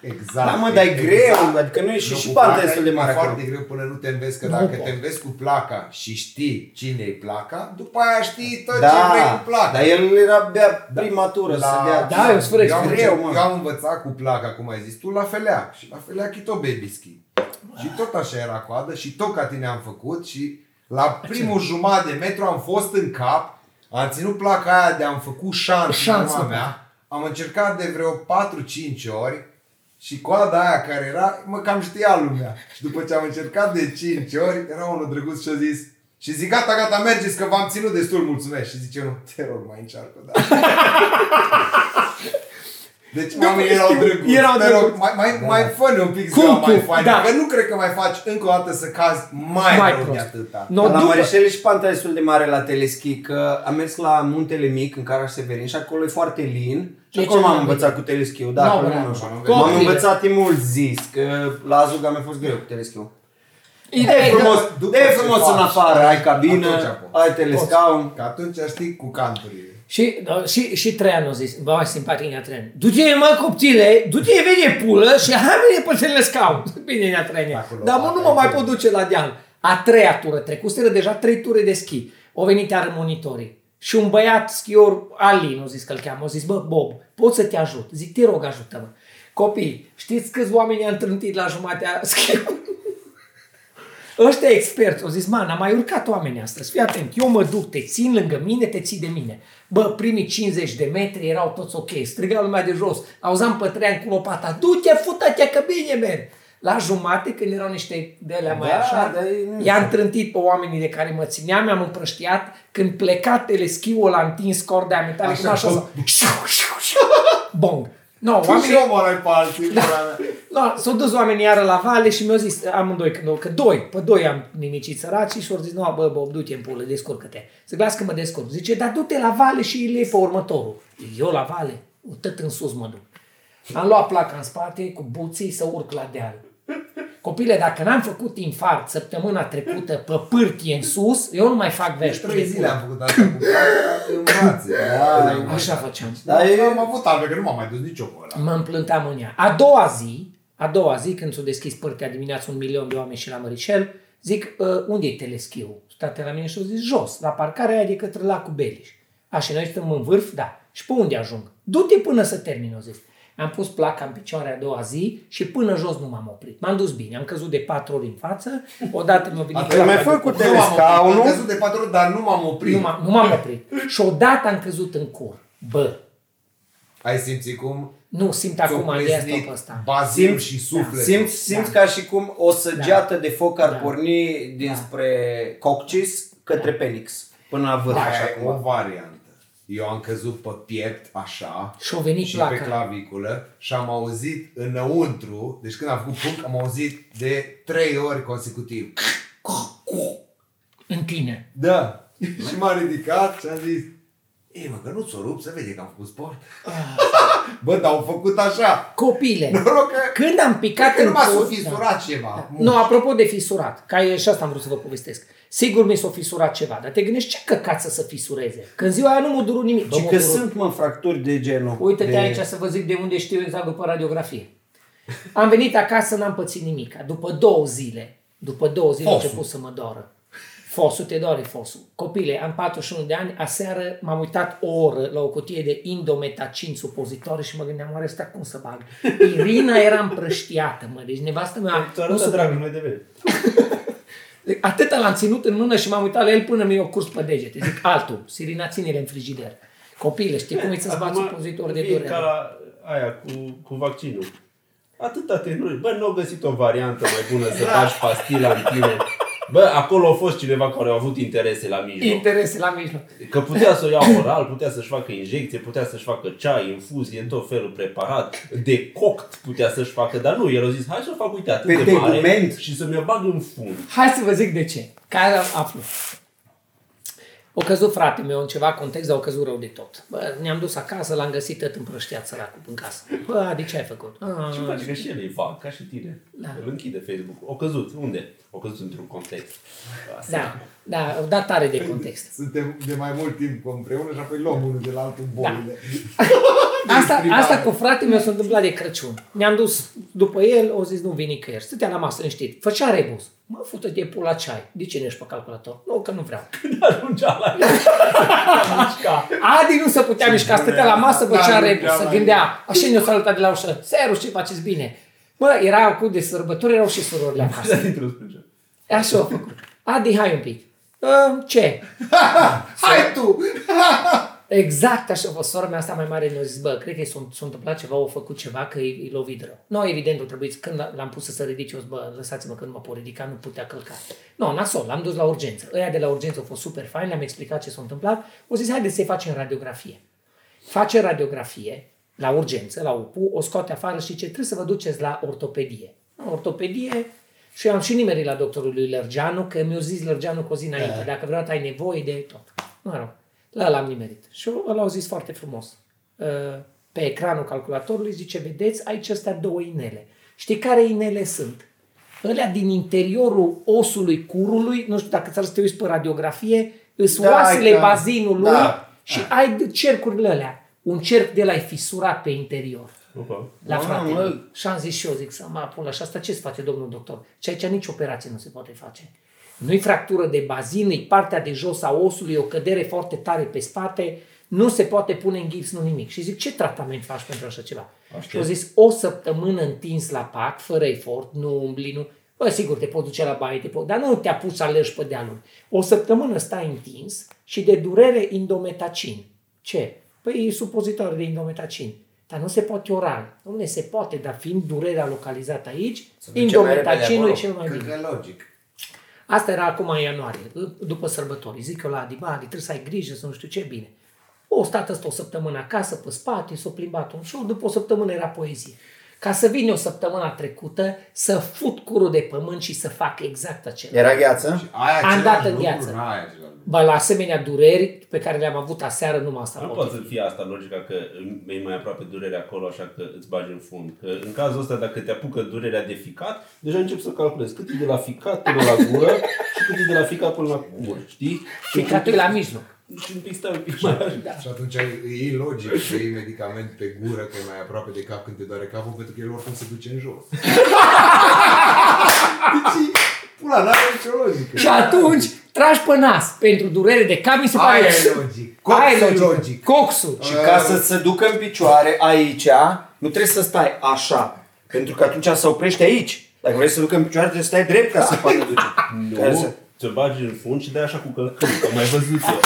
[SPEAKER 3] Exact.
[SPEAKER 4] Da, mă, dar e greu, adică nu e și-
[SPEAKER 3] Nu,
[SPEAKER 4] și
[SPEAKER 3] cu
[SPEAKER 4] partea
[SPEAKER 3] placa
[SPEAKER 4] destul de
[SPEAKER 3] e
[SPEAKER 4] mare
[SPEAKER 3] foarte
[SPEAKER 4] acolo.
[SPEAKER 3] greu până nu te înveți, că
[SPEAKER 2] Nu
[SPEAKER 3] dacă
[SPEAKER 2] pot.
[SPEAKER 3] te înveți cu placa și știi cine e placa, după aia știi tot ce vrei
[SPEAKER 4] Da,
[SPEAKER 3] cu placa.
[SPEAKER 4] dar el era abia prima tură să dea...
[SPEAKER 2] Da, e un sfârșit.
[SPEAKER 3] eu, am,
[SPEAKER 4] Greu,
[SPEAKER 3] eu,
[SPEAKER 4] mă.
[SPEAKER 3] eu am învățat cu placa, cum ai zis tu, la felea. Și la felea chito baby ski. Și tot așa era coadă și tot ca tine am făcut și la primul jumătate de metru am fost în cap, am ținut placa aia de am făcut șans,
[SPEAKER 2] Șans,
[SPEAKER 3] șans
[SPEAKER 2] mă.
[SPEAKER 3] mea, am încercat de vreo 4-5 ori și coada aia care era, mă cam știa lumea. Și după ce am încercat de 5 ori, era unul drăguț și a zis, și zic, gata, gata, mergeți că v-am ținut destul, mulțumesc. Și zice, nu, te rog, mai încearcă, da. Deci
[SPEAKER 4] Nu,
[SPEAKER 3] oamenii
[SPEAKER 4] știu,
[SPEAKER 3] erau drăguți.
[SPEAKER 4] erau
[SPEAKER 3] Te rog,
[SPEAKER 4] drăguți.
[SPEAKER 3] Mai, mai, mai fă un pic
[SPEAKER 2] Cum,
[SPEAKER 3] ziua mai
[SPEAKER 2] cum?
[SPEAKER 3] faină,
[SPEAKER 2] Da.
[SPEAKER 3] că nu cred că mai faci încă o dată să cazi mai,
[SPEAKER 2] Mai
[SPEAKER 3] mai rău de
[SPEAKER 2] prost.
[SPEAKER 3] atâta.
[SPEAKER 2] No,
[SPEAKER 4] Dar la
[SPEAKER 2] după-
[SPEAKER 4] Măreșele și panta destul de mare la teleschi, că am mers la Muntele Mic, în Caraș Severin, și acolo e foarte lin. Și
[SPEAKER 2] E
[SPEAKER 4] acolo
[SPEAKER 2] cel
[SPEAKER 4] m-am
[SPEAKER 2] mai
[SPEAKER 4] învățat cu teleschiul, da,
[SPEAKER 2] Nu,
[SPEAKER 4] acolo
[SPEAKER 2] bravo.
[SPEAKER 4] nu știu.
[SPEAKER 3] Copile.
[SPEAKER 4] M-am învățat timul zis, că la Azuga mi-a fost greu cu teleschiul.
[SPEAKER 2] Ideea
[SPEAKER 4] E
[SPEAKER 2] e
[SPEAKER 4] frumos,
[SPEAKER 2] că-
[SPEAKER 3] după
[SPEAKER 4] e
[SPEAKER 3] ce
[SPEAKER 4] frumos
[SPEAKER 3] faci,
[SPEAKER 4] în afară, ai cabină,
[SPEAKER 3] atunci poți.
[SPEAKER 4] ai telescaun.
[SPEAKER 3] Că atunci știi cu canturile.
[SPEAKER 2] Și, da, și, și Traian a zis, bă, mai simpatic Nea Traian. Du-te, mă, copțile, du-te, vede pulă și hai pe să le scaun. [LAUGHS] Bine, Nea Traian.
[SPEAKER 3] Acolo,
[SPEAKER 2] Dar mă, nu mă
[SPEAKER 3] acolo.
[SPEAKER 2] mai pot duce la deal. A treia tură, trecuseră deja trei ture de schi. Au venit iar monitorii. Și un băiat schior, Alin, o zis că-l cheamă, a zis, bă, Bob, pot să te ajut? Zic, te rog, ajută-mă. Copii, știți câți oameni am trântit la jumatea [LAUGHS] schiului? Ăștia experți au zis, mă, n-am mai urcat oamenii astăzi, fii atent, eu mă duc, te țin lângă mine, te ții de mine. Bă, primii 50 de metri erau toți ok, striga lumea de jos, auzeam pe Traian cu lopata, du-te, fută-te, că bine merg. La jumate, când erau niște de alea mai
[SPEAKER 4] Da,
[SPEAKER 2] așa,
[SPEAKER 4] dar ei nu-
[SPEAKER 2] i-am trântit pe oamenii de care mă țineam, mi-am împrăștiat, când pleca teleschiul, l-a întins corda metalică,
[SPEAKER 3] Așa,
[SPEAKER 2] așa, așa,
[SPEAKER 3] bom.
[SPEAKER 2] așa, bong. No,
[SPEAKER 4] Păi
[SPEAKER 3] Tu și
[SPEAKER 2] oamenii,
[SPEAKER 3] omul ăla-i pe alții, pula mea.
[SPEAKER 2] da, s-au dus oamenii iară la vale și mi-au zis amândoi, că, că doi, pe doi am nimicit săracii și au zis, nu, bă, bă, du-te în pulă, descurcă-te. Zic, las că mă descurc. Zice, dar du-te la vale și îl iei pe următorul. Zic, Eu la vale? Tot în sus mă duc. Am luat placa în spate cu buții să urc la deal. Copile, dacă n-am făcut infart săptămâna trecută pe pârtie în sus, eu nu mai fac vești.
[SPEAKER 3] deci Trei zile am făcut asta cu placa, învață.
[SPEAKER 4] Da,
[SPEAKER 3] Da,
[SPEAKER 2] Așa făceam.
[SPEAKER 4] Dar e-
[SPEAKER 3] Am avut albe, că nu m-am mai dus nicio pe ăla.
[SPEAKER 2] Mă împlântam în ea. A doua zi, a doua zi, când s-a deschis părtea dimineața un milion de oameni și la Mărișel, zic, "Ă, unde e teleschiul? State la mine și au zis, jos, la parcarea aia de către lacul Beliș. A, și noi suntem în vârf, da. Și pe unde ajung? Du-te până să termin, au zis. Am pus placa în picioare a doua zi și până jos nu m-am oprit. M-am dus bine, am căzut de patru ori în față, odată mi-a venit...
[SPEAKER 4] ai
[SPEAKER 3] Am
[SPEAKER 4] mai
[SPEAKER 2] clapa de
[SPEAKER 4] făcut
[SPEAKER 3] Nu m-am oprit,
[SPEAKER 4] telescaunul?
[SPEAKER 3] Am căzut de patru ori, dar nu m-am oprit.
[SPEAKER 2] nu m-am, nu m-am oprit. Și odată am căzut în cur. Bă,
[SPEAKER 3] Ai simțit cum
[SPEAKER 2] nu simt
[SPEAKER 3] ți-o
[SPEAKER 2] acum de
[SPEAKER 3] pleznit
[SPEAKER 2] asta pe ăsta.
[SPEAKER 3] bazil
[SPEAKER 4] Simți,
[SPEAKER 3] și suflet.
[SPEAKER 4] simți, simți ca și cum o săgeată de foc ar
[SPEAKER 2] Da.
[SPEAKER 4] porni dinspre Coccis către Penix, până la
[SPEAKER 2] Da.
[SPEAKER 4] vârf, așa
[SPEAKER 3] Aia e o
[SPEAKER 4] cumva.
[SPEAKER 3] variantă. Eu am căzut pe piept, așa,
[SPEAKER 2] Și au venit
[SPEAKER 3] și
[SPEAKER 2] placa.
[SPEAKER 3] pe claviculă și am auzit înăuntru, deci când am făcut punct, am auzit de trei ori consecutiv.
[SPEAKER 2] În tine.
[SPEAKER 3] Da. și m-am ridicat și am zis, ei mă, că nu ți-o rup, se vede că am făcut sport.
[SPEAKER 2] Ah.
[SPEAKER 3] Bă, dar au făcut așa.
[SPEAKER 2] Copile.
[SPEAKER 3] [LAUGHS] Noroc că,
[SPEAKER 2] Când am picat
[SPEAKER 3] că nu
[SPEAKER 2] în
[SPEAKER 3] m-a
[SPEAKER 2] pod,
[SPEAKER 3] sufisurat ceva.
[SPEAKER 2] Nu, apropo de fisurat, ca e și asta am vrut să vă povestesc. Sigur mi s-a fisurat ceva, dar te gândești ce căcat să se fisureze? Când ziua aia nu m-a durut nimic. Bă,
[SPEAKER 4] Și
[SPEAKER 2] m-a
[SPEAKER 4] că
[SPEAKER 2] durut.
[SPEAKER 4] sunt, mă, fracturi de genul.
[SPEAKER 2] Uite-te
[SPEAKER 4] de...
[SPEAKER 2] aici să vă zic de unde știu exact după radiografie. Am venit acasă, n-am pățit nimic. După două zile, după două zile a
[SPEAKER 3] Fosul.
[SPEAKER 2] început să mă doară. Fosul, te doare fosul. Copile, am 41 de ani, aseară m-am uitat o oră la o cutie de indometacin supozitoare și mă gândeam, oare asta cum să bag? Irina era împrăștiată, mă, deci nevastă mea
[SPEAKER 1] Doar
[SPEAKER 2] nu
[SPEAKER 1] asta,
[SPEAKER 2] supra-
[SPEAKER 1] dragul meu de vede.
[SPEAKER 2] [LAUGHS] Deci, Atâta l-am ținut în mână și m-am uitat la el până mi-a curs pe degete. Zic, altul, Sirina, ține-le în frigider. Copile, știi cum e să-ți bați
[SPEAKER 1] Acum
[SPEAKER 2] supozitor de
[SPEAKER 1] vii ca
[SPEAKER 2] durere?
[SPEAKER 1] la aia cu, cu vaccinul. Atâta te nu. Bă, nu au găsit o variantă mai bună să faci pastila în tine. Bă, acolo a fost cineva care a avut interese la mijloc.
[SPEAKER 2] Interese la mijloc.
[SPEAKER 1] Că putea să o ia oral, putea să-și facă injecție, putea să-și facă ceai, infuzie, în tot felul preparat, de coct putea să-și facă, dar nu, el a zis, hai să o fac, uite, atât
[SPEAKER 4] Pe
[SPEAKER 1] de mare
[SPEAKER 4] tegument.
[SPEAKER 1] și să mi-o bag în fund.
[SPEAKER 2] Hai să vă zic de ce. Care am aflu. O căzut frate meu în ceva context, dar o căzut rău de tot. Bă, ne-am dus acasă, l-am găsit tot împrăștiat săracul în casă. Bă, Adi, ce ai făcut? Ah,
[SPEAKER 1] Și face că și el e vag, ca și tine. Da. Îl închide Facebook. O căzut. Unde? O căzut într-un context. Asta.
[SPEAKER 2] da, da, da tare de context.
[SPEAKER 3] Suntem de mai mult timp împreună și apoi luăm unul de la altul bolile.
[SPEAKER 2] Asta,
[SPEAKER 3] exprimat.
[SPEAKER 2] asta cu fratele meu s-a întâmplat de Crăciun. Ne-am dus după el, o zis nu vin nicăieri. Stătea la masă, liniștit. Făcea rebus. Mă, fută de pula ceai. De ce nu ești pe calculator? Nu, că nu vreau.
[SPEAKER 1] [LAUGHS] Ajungea la mișca.
[SPEAKER 2] [LAUGHS] Adi nu se putea mișca, stătea la masă, făcea
[SPEAKER 3] Da, nu
[SPEAKER 2] rebus,
[SPEAKER 3] prea
[SPEAKER 2] se
[SPEAKER 3] mai-
[SPEAKER 2] gândea. Așa ne-o salutat de la ușă. Seru, ce faceți bine? Mă, era acum de sărbători, erau și surorile
[SPEAKER 1] [LAUGHS]
[SPEAKER 2] acasă. Așa a făcut. Adi, hai un pic. "Ă, Ce? Da.
[SPEAKER 3] Hai tu!
[SPEAKER 2] Exact așa, vă sora mea asta mai mare ne-a zis, bă, cred că i s-a s-a întâmplat ceva, au făcut ceva, că i, i lovit rău. Nu, evident, o trebuie, când l-am pus să se ridice, eu zic, bă, lăsați-mă că nu mă pot ridica, nu putea călca. Nu, no, nasol, l-am dus la urgență. Ăia de la urgență au fost super fain, le-am explicat ce s-a întâmplat. O zis, haide să-i facem radiografie. Face radiografie la urgență, la UPU, o scoate afară și ce trebuie să vă duceți la ortopedie. La ortopedie și eu am și nimerit la doctorul lui Lărgeanu, că mi-a zis Lărgeanu cu o zi
[SPEAKER 3] Da.
[SPEAKER 2] înainte, dacă vreodată ai nevoie de tot. Mă rog, la l-am nimerit. Și ăla au zis foarte frumos. Uh, Pe ecranul calculatorului zice, vedeți, aici astea două inele. Știi care inele sunt? Ălea din interiorul osului curului, nu știu dacă ți-ar să te uiți pe radiografie, îs
[SPEAKER 3] Da,
[SPEAKER 2] oasele
[SPEAKER 3] da.
[SPEAKER 2] bazinului
[SPEAKER 3] Da.
[SPEAKER 2] și ai de- cercurile alea. Un cerc de la ai fisurat pe interior.
[SPEAKER 1] Opa.
[SPEAKER 2] La
[SPEAKER 4] Mamă,
[SPEAKER 2] fratele.
[SPEAKER 4] mă.
[SPEAKER 2] Și am zis și eu, zic, să mă apun și asta ce se face, domnul doctor? Și aici nici operație nu se poate face. Nu-i fractură de bazin, e partea de jos a osului, e o cădere foarte tare pe spate, nu se poate pune în gips, nu nimic. Și zic, ce tratament faci pentru așa ceva? Și au zis, o săptămână întins la pat, fără efort, nu umbli, nu... Bă, sigur, te poți duce la baie, te poți... dar nu te apuci să alergi pe dealuri. O săptămână stai întins și de durere indometacin. Ce? Păi e supozitor de indometacin. Dar nu se poate oral. Dom'le, se poate, dar fiind durerea localizată aici,
[SPEAKER 4] duce mai
[SPEAKER 2] indometacinul e
[SPEAKER 4] repede
[SPEAKER 2] cel mai
[SPEAKER 3] Cred
[SPEAKER 2] bine.
[SPEAKER 3] că e logic.
[SPEAKER 2] Asta era acum în ianuarie, după sărbători. Zic eu la Adi, bă, Adi, trebuie să ai grijă, să nu știu ce, bine. O stat ăsta o săptămână acasă, pe spate, s-o plimbat un șur, după o săptămână era poezie. Ca să vin eu săptămâna trecută, să fut curul de pământ și să fac exact același.
[SPEAKER 4] Era gheață?
[SPEAKER 3] Aia
[SPEAKER 2] Am
[SPEAKER 3] același
[SPEAKER 2] dat în
[SPEAKER 3] lucru,
[SPEAKER 2] gheață.
[SPEAKER 3] n-ai același lucru.
[SPEAKER 2] Ba, la asemenea dureri pe care le-am avut aseară, numai asta
[SPEAKER 1] Nu
[SPEAKER 2] pot
[SPEAKER 1] poate
[SPEAKER 2] fi.
[SPEAKER 1] să fie asta logica că e mai aproape durerea acolo, așa că îți bagi în fund. Că în cazul ăsta, dacă te apucă durerea de ficat, deja începi să calculezi cât e de la ficat până la gură și cât e de la ficat până la gură, știi?
[SPEAKER 2] Și catul la mijloc. Da.
[SPEAKER 1] Și un pic stai un pic mai așa.
[SPEAKER 3] Și atunci e e logic să iei medicament pe gură, că e mai aproape de cap când te doare capul, pentru că el oricum se duce în jos. deci, pula, n-are nicio logică.
[SPEAKER 2] Și atunci tragi pe nas pentru durere de cap, mi se pare...
[SPEAKER 3] Aia e logic. Coxul
[SPEAKER 2] Aia e
[SPEAKER 3] e
[SPEAKER 2] logic.
[SPEAKER 3] logic. Da,
[SPEAKER 2] Coxul.
[SPEAKER 4] Și ca să se ducă în picioare aici, nu trebuie să stai așa. Pentru că atunci se oprește aici. Dacă vrei să se ducă în picioare, trebuie să stai drept ca să poată
[SPEAKER 2] [LAUGHS]
[SPEAKER 4] duce.
[SPEAKER 2] Da.
[SPEAKER 4] Care
[SPEAKER 1] Nu,
[SPEAKER 4] să-
[SPEAKER 1] te bagi în fund și dai așa cu călcâni, că am mai văzut eu.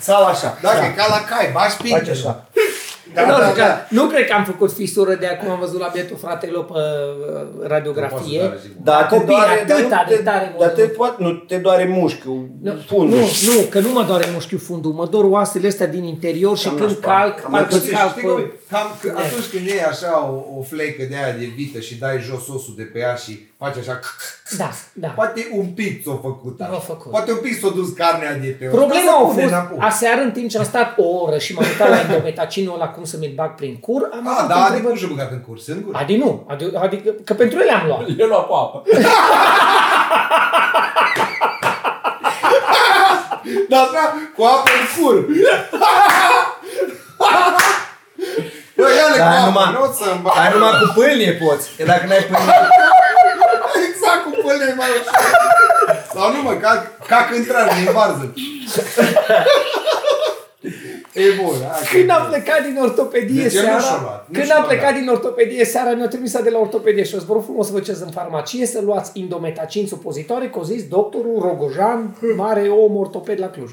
[SPEAKER 4] Sau așa.
[SPEAKER 3] Dacă e ca la cai, bași
[SPEAKER 4] Faci
[SPEAKER 3] pinte.
[SPEAKER 4] așa.
[SPEAKER 3] Da,
[SPEAKER 2] nu,
[SPEAKER 3] da,
[SPEAKER 2] că,
[SPEAKER 3] da.
[SPEAKER 2] nu cred că am făcut fisură de acum am văzut la bietul fratelor pe uh, radiografie.
[SPEAKER 3] Nu poți să
[SPEAKER 4] Da, te
[SPEAKER 2] Copii,
[SPEAKER 4] doare, dar
[SPEAKER 2] atâta
[SPEAKER 4] nu te-
[SPEAKER 2] de tare mă
[SPEAKER 4] Dar te
[SPEAKER 2] doare.
[SPEAKER 4] poate, nu te doare mușchiul,
[SPEAKER 2] Nu, nu,
[SPEAKER 4] fundul.
[SPEAKER 3] Deci-
[SPEAKER 2] nu, că nu mă doare mușchiul fundul, mă dor oasele astea din interior și
[SPEAKER 4] Cam
[SPEAKER 2] când
[SPEAKER 4] nașpa.
[SPEAKER 2] calc,
[SPEAKER 4] Am
[SPEAKER 2] parcă
[SPEAKER 4] înțeles,
[SPEAKER 2] calc
[SPEAKER 3] Știi cum
[SPEAKER 2] pe...
[SPEAKER 3] e? Cam că atunci când iei așa o, o flecă de aia de vită și dai jos osul de pe ea și faci așa...
[SPEAKER 2] Da, da.
[SPEAKER 3] Poate un pic s-o făcut așa.
[SPEAKER 2] Nu a făcut.
[SPEAKER 3] Poate un pic s-o dus carnea de pe
[SPEAKER 2] Problema a
[SPEAKER 3] Pune
[SPEAKER 2] fost,
[SPEAKER 3] înapoi.
[SPEAKER 2] aseară în timp ce am stat o oră și m-am uitat la endobetacinul ăla cum să mi-l bag prin cur, am
[SPEAKER 3] A,
[SPEAKER 2] avut
[SPEAKER 3] da, adică nu
[SPEAKER 2] întrebări.
[SPEAKER 3] și-a băgat în curs, în gură.
[SPEAKER 2] Adi nu, adi, adică că pentru ele am luat.
[SPEAKER 1] Le lua cu apă.
[SPEAKER 3] Da, da, cu apă în cur. Bă, ia-le cu
[SPEAKER 4] Dar
[SPEAKER 3] apă,
[SPEAKER 4] numai,
[SPEAKER 3] nu o să-mi bag.
[SPEAKER 4] dar numai cu pâlnie poți. Că dacă n-ai pâlnie,
[SPEAKER 3] Exact cu pâlne mai ușor. Sau nu mă, ca, ca când tragi din varză. E bun, hai.
[SPEAKER 2] Când am plecat din ortopedie
[SPEAKER 3] De ce Deci nu și-a
[SPEAKER 2] seara,
[SPEAKER 3] luat? Nu
[SPEAKER 2] când
[SPEAKER 3] și-a
[SPEAKER 2] am
[SPEAKER 3] luat.
[SPEAKER 2] plecat din ortopedie seara, ne-a trimis de la ortopedie și o vă rog frumos să vă ceți în farmacie să luați indometacin supozitoare, că o zis doctorul Rogojan, mare om ortoped la Cluj.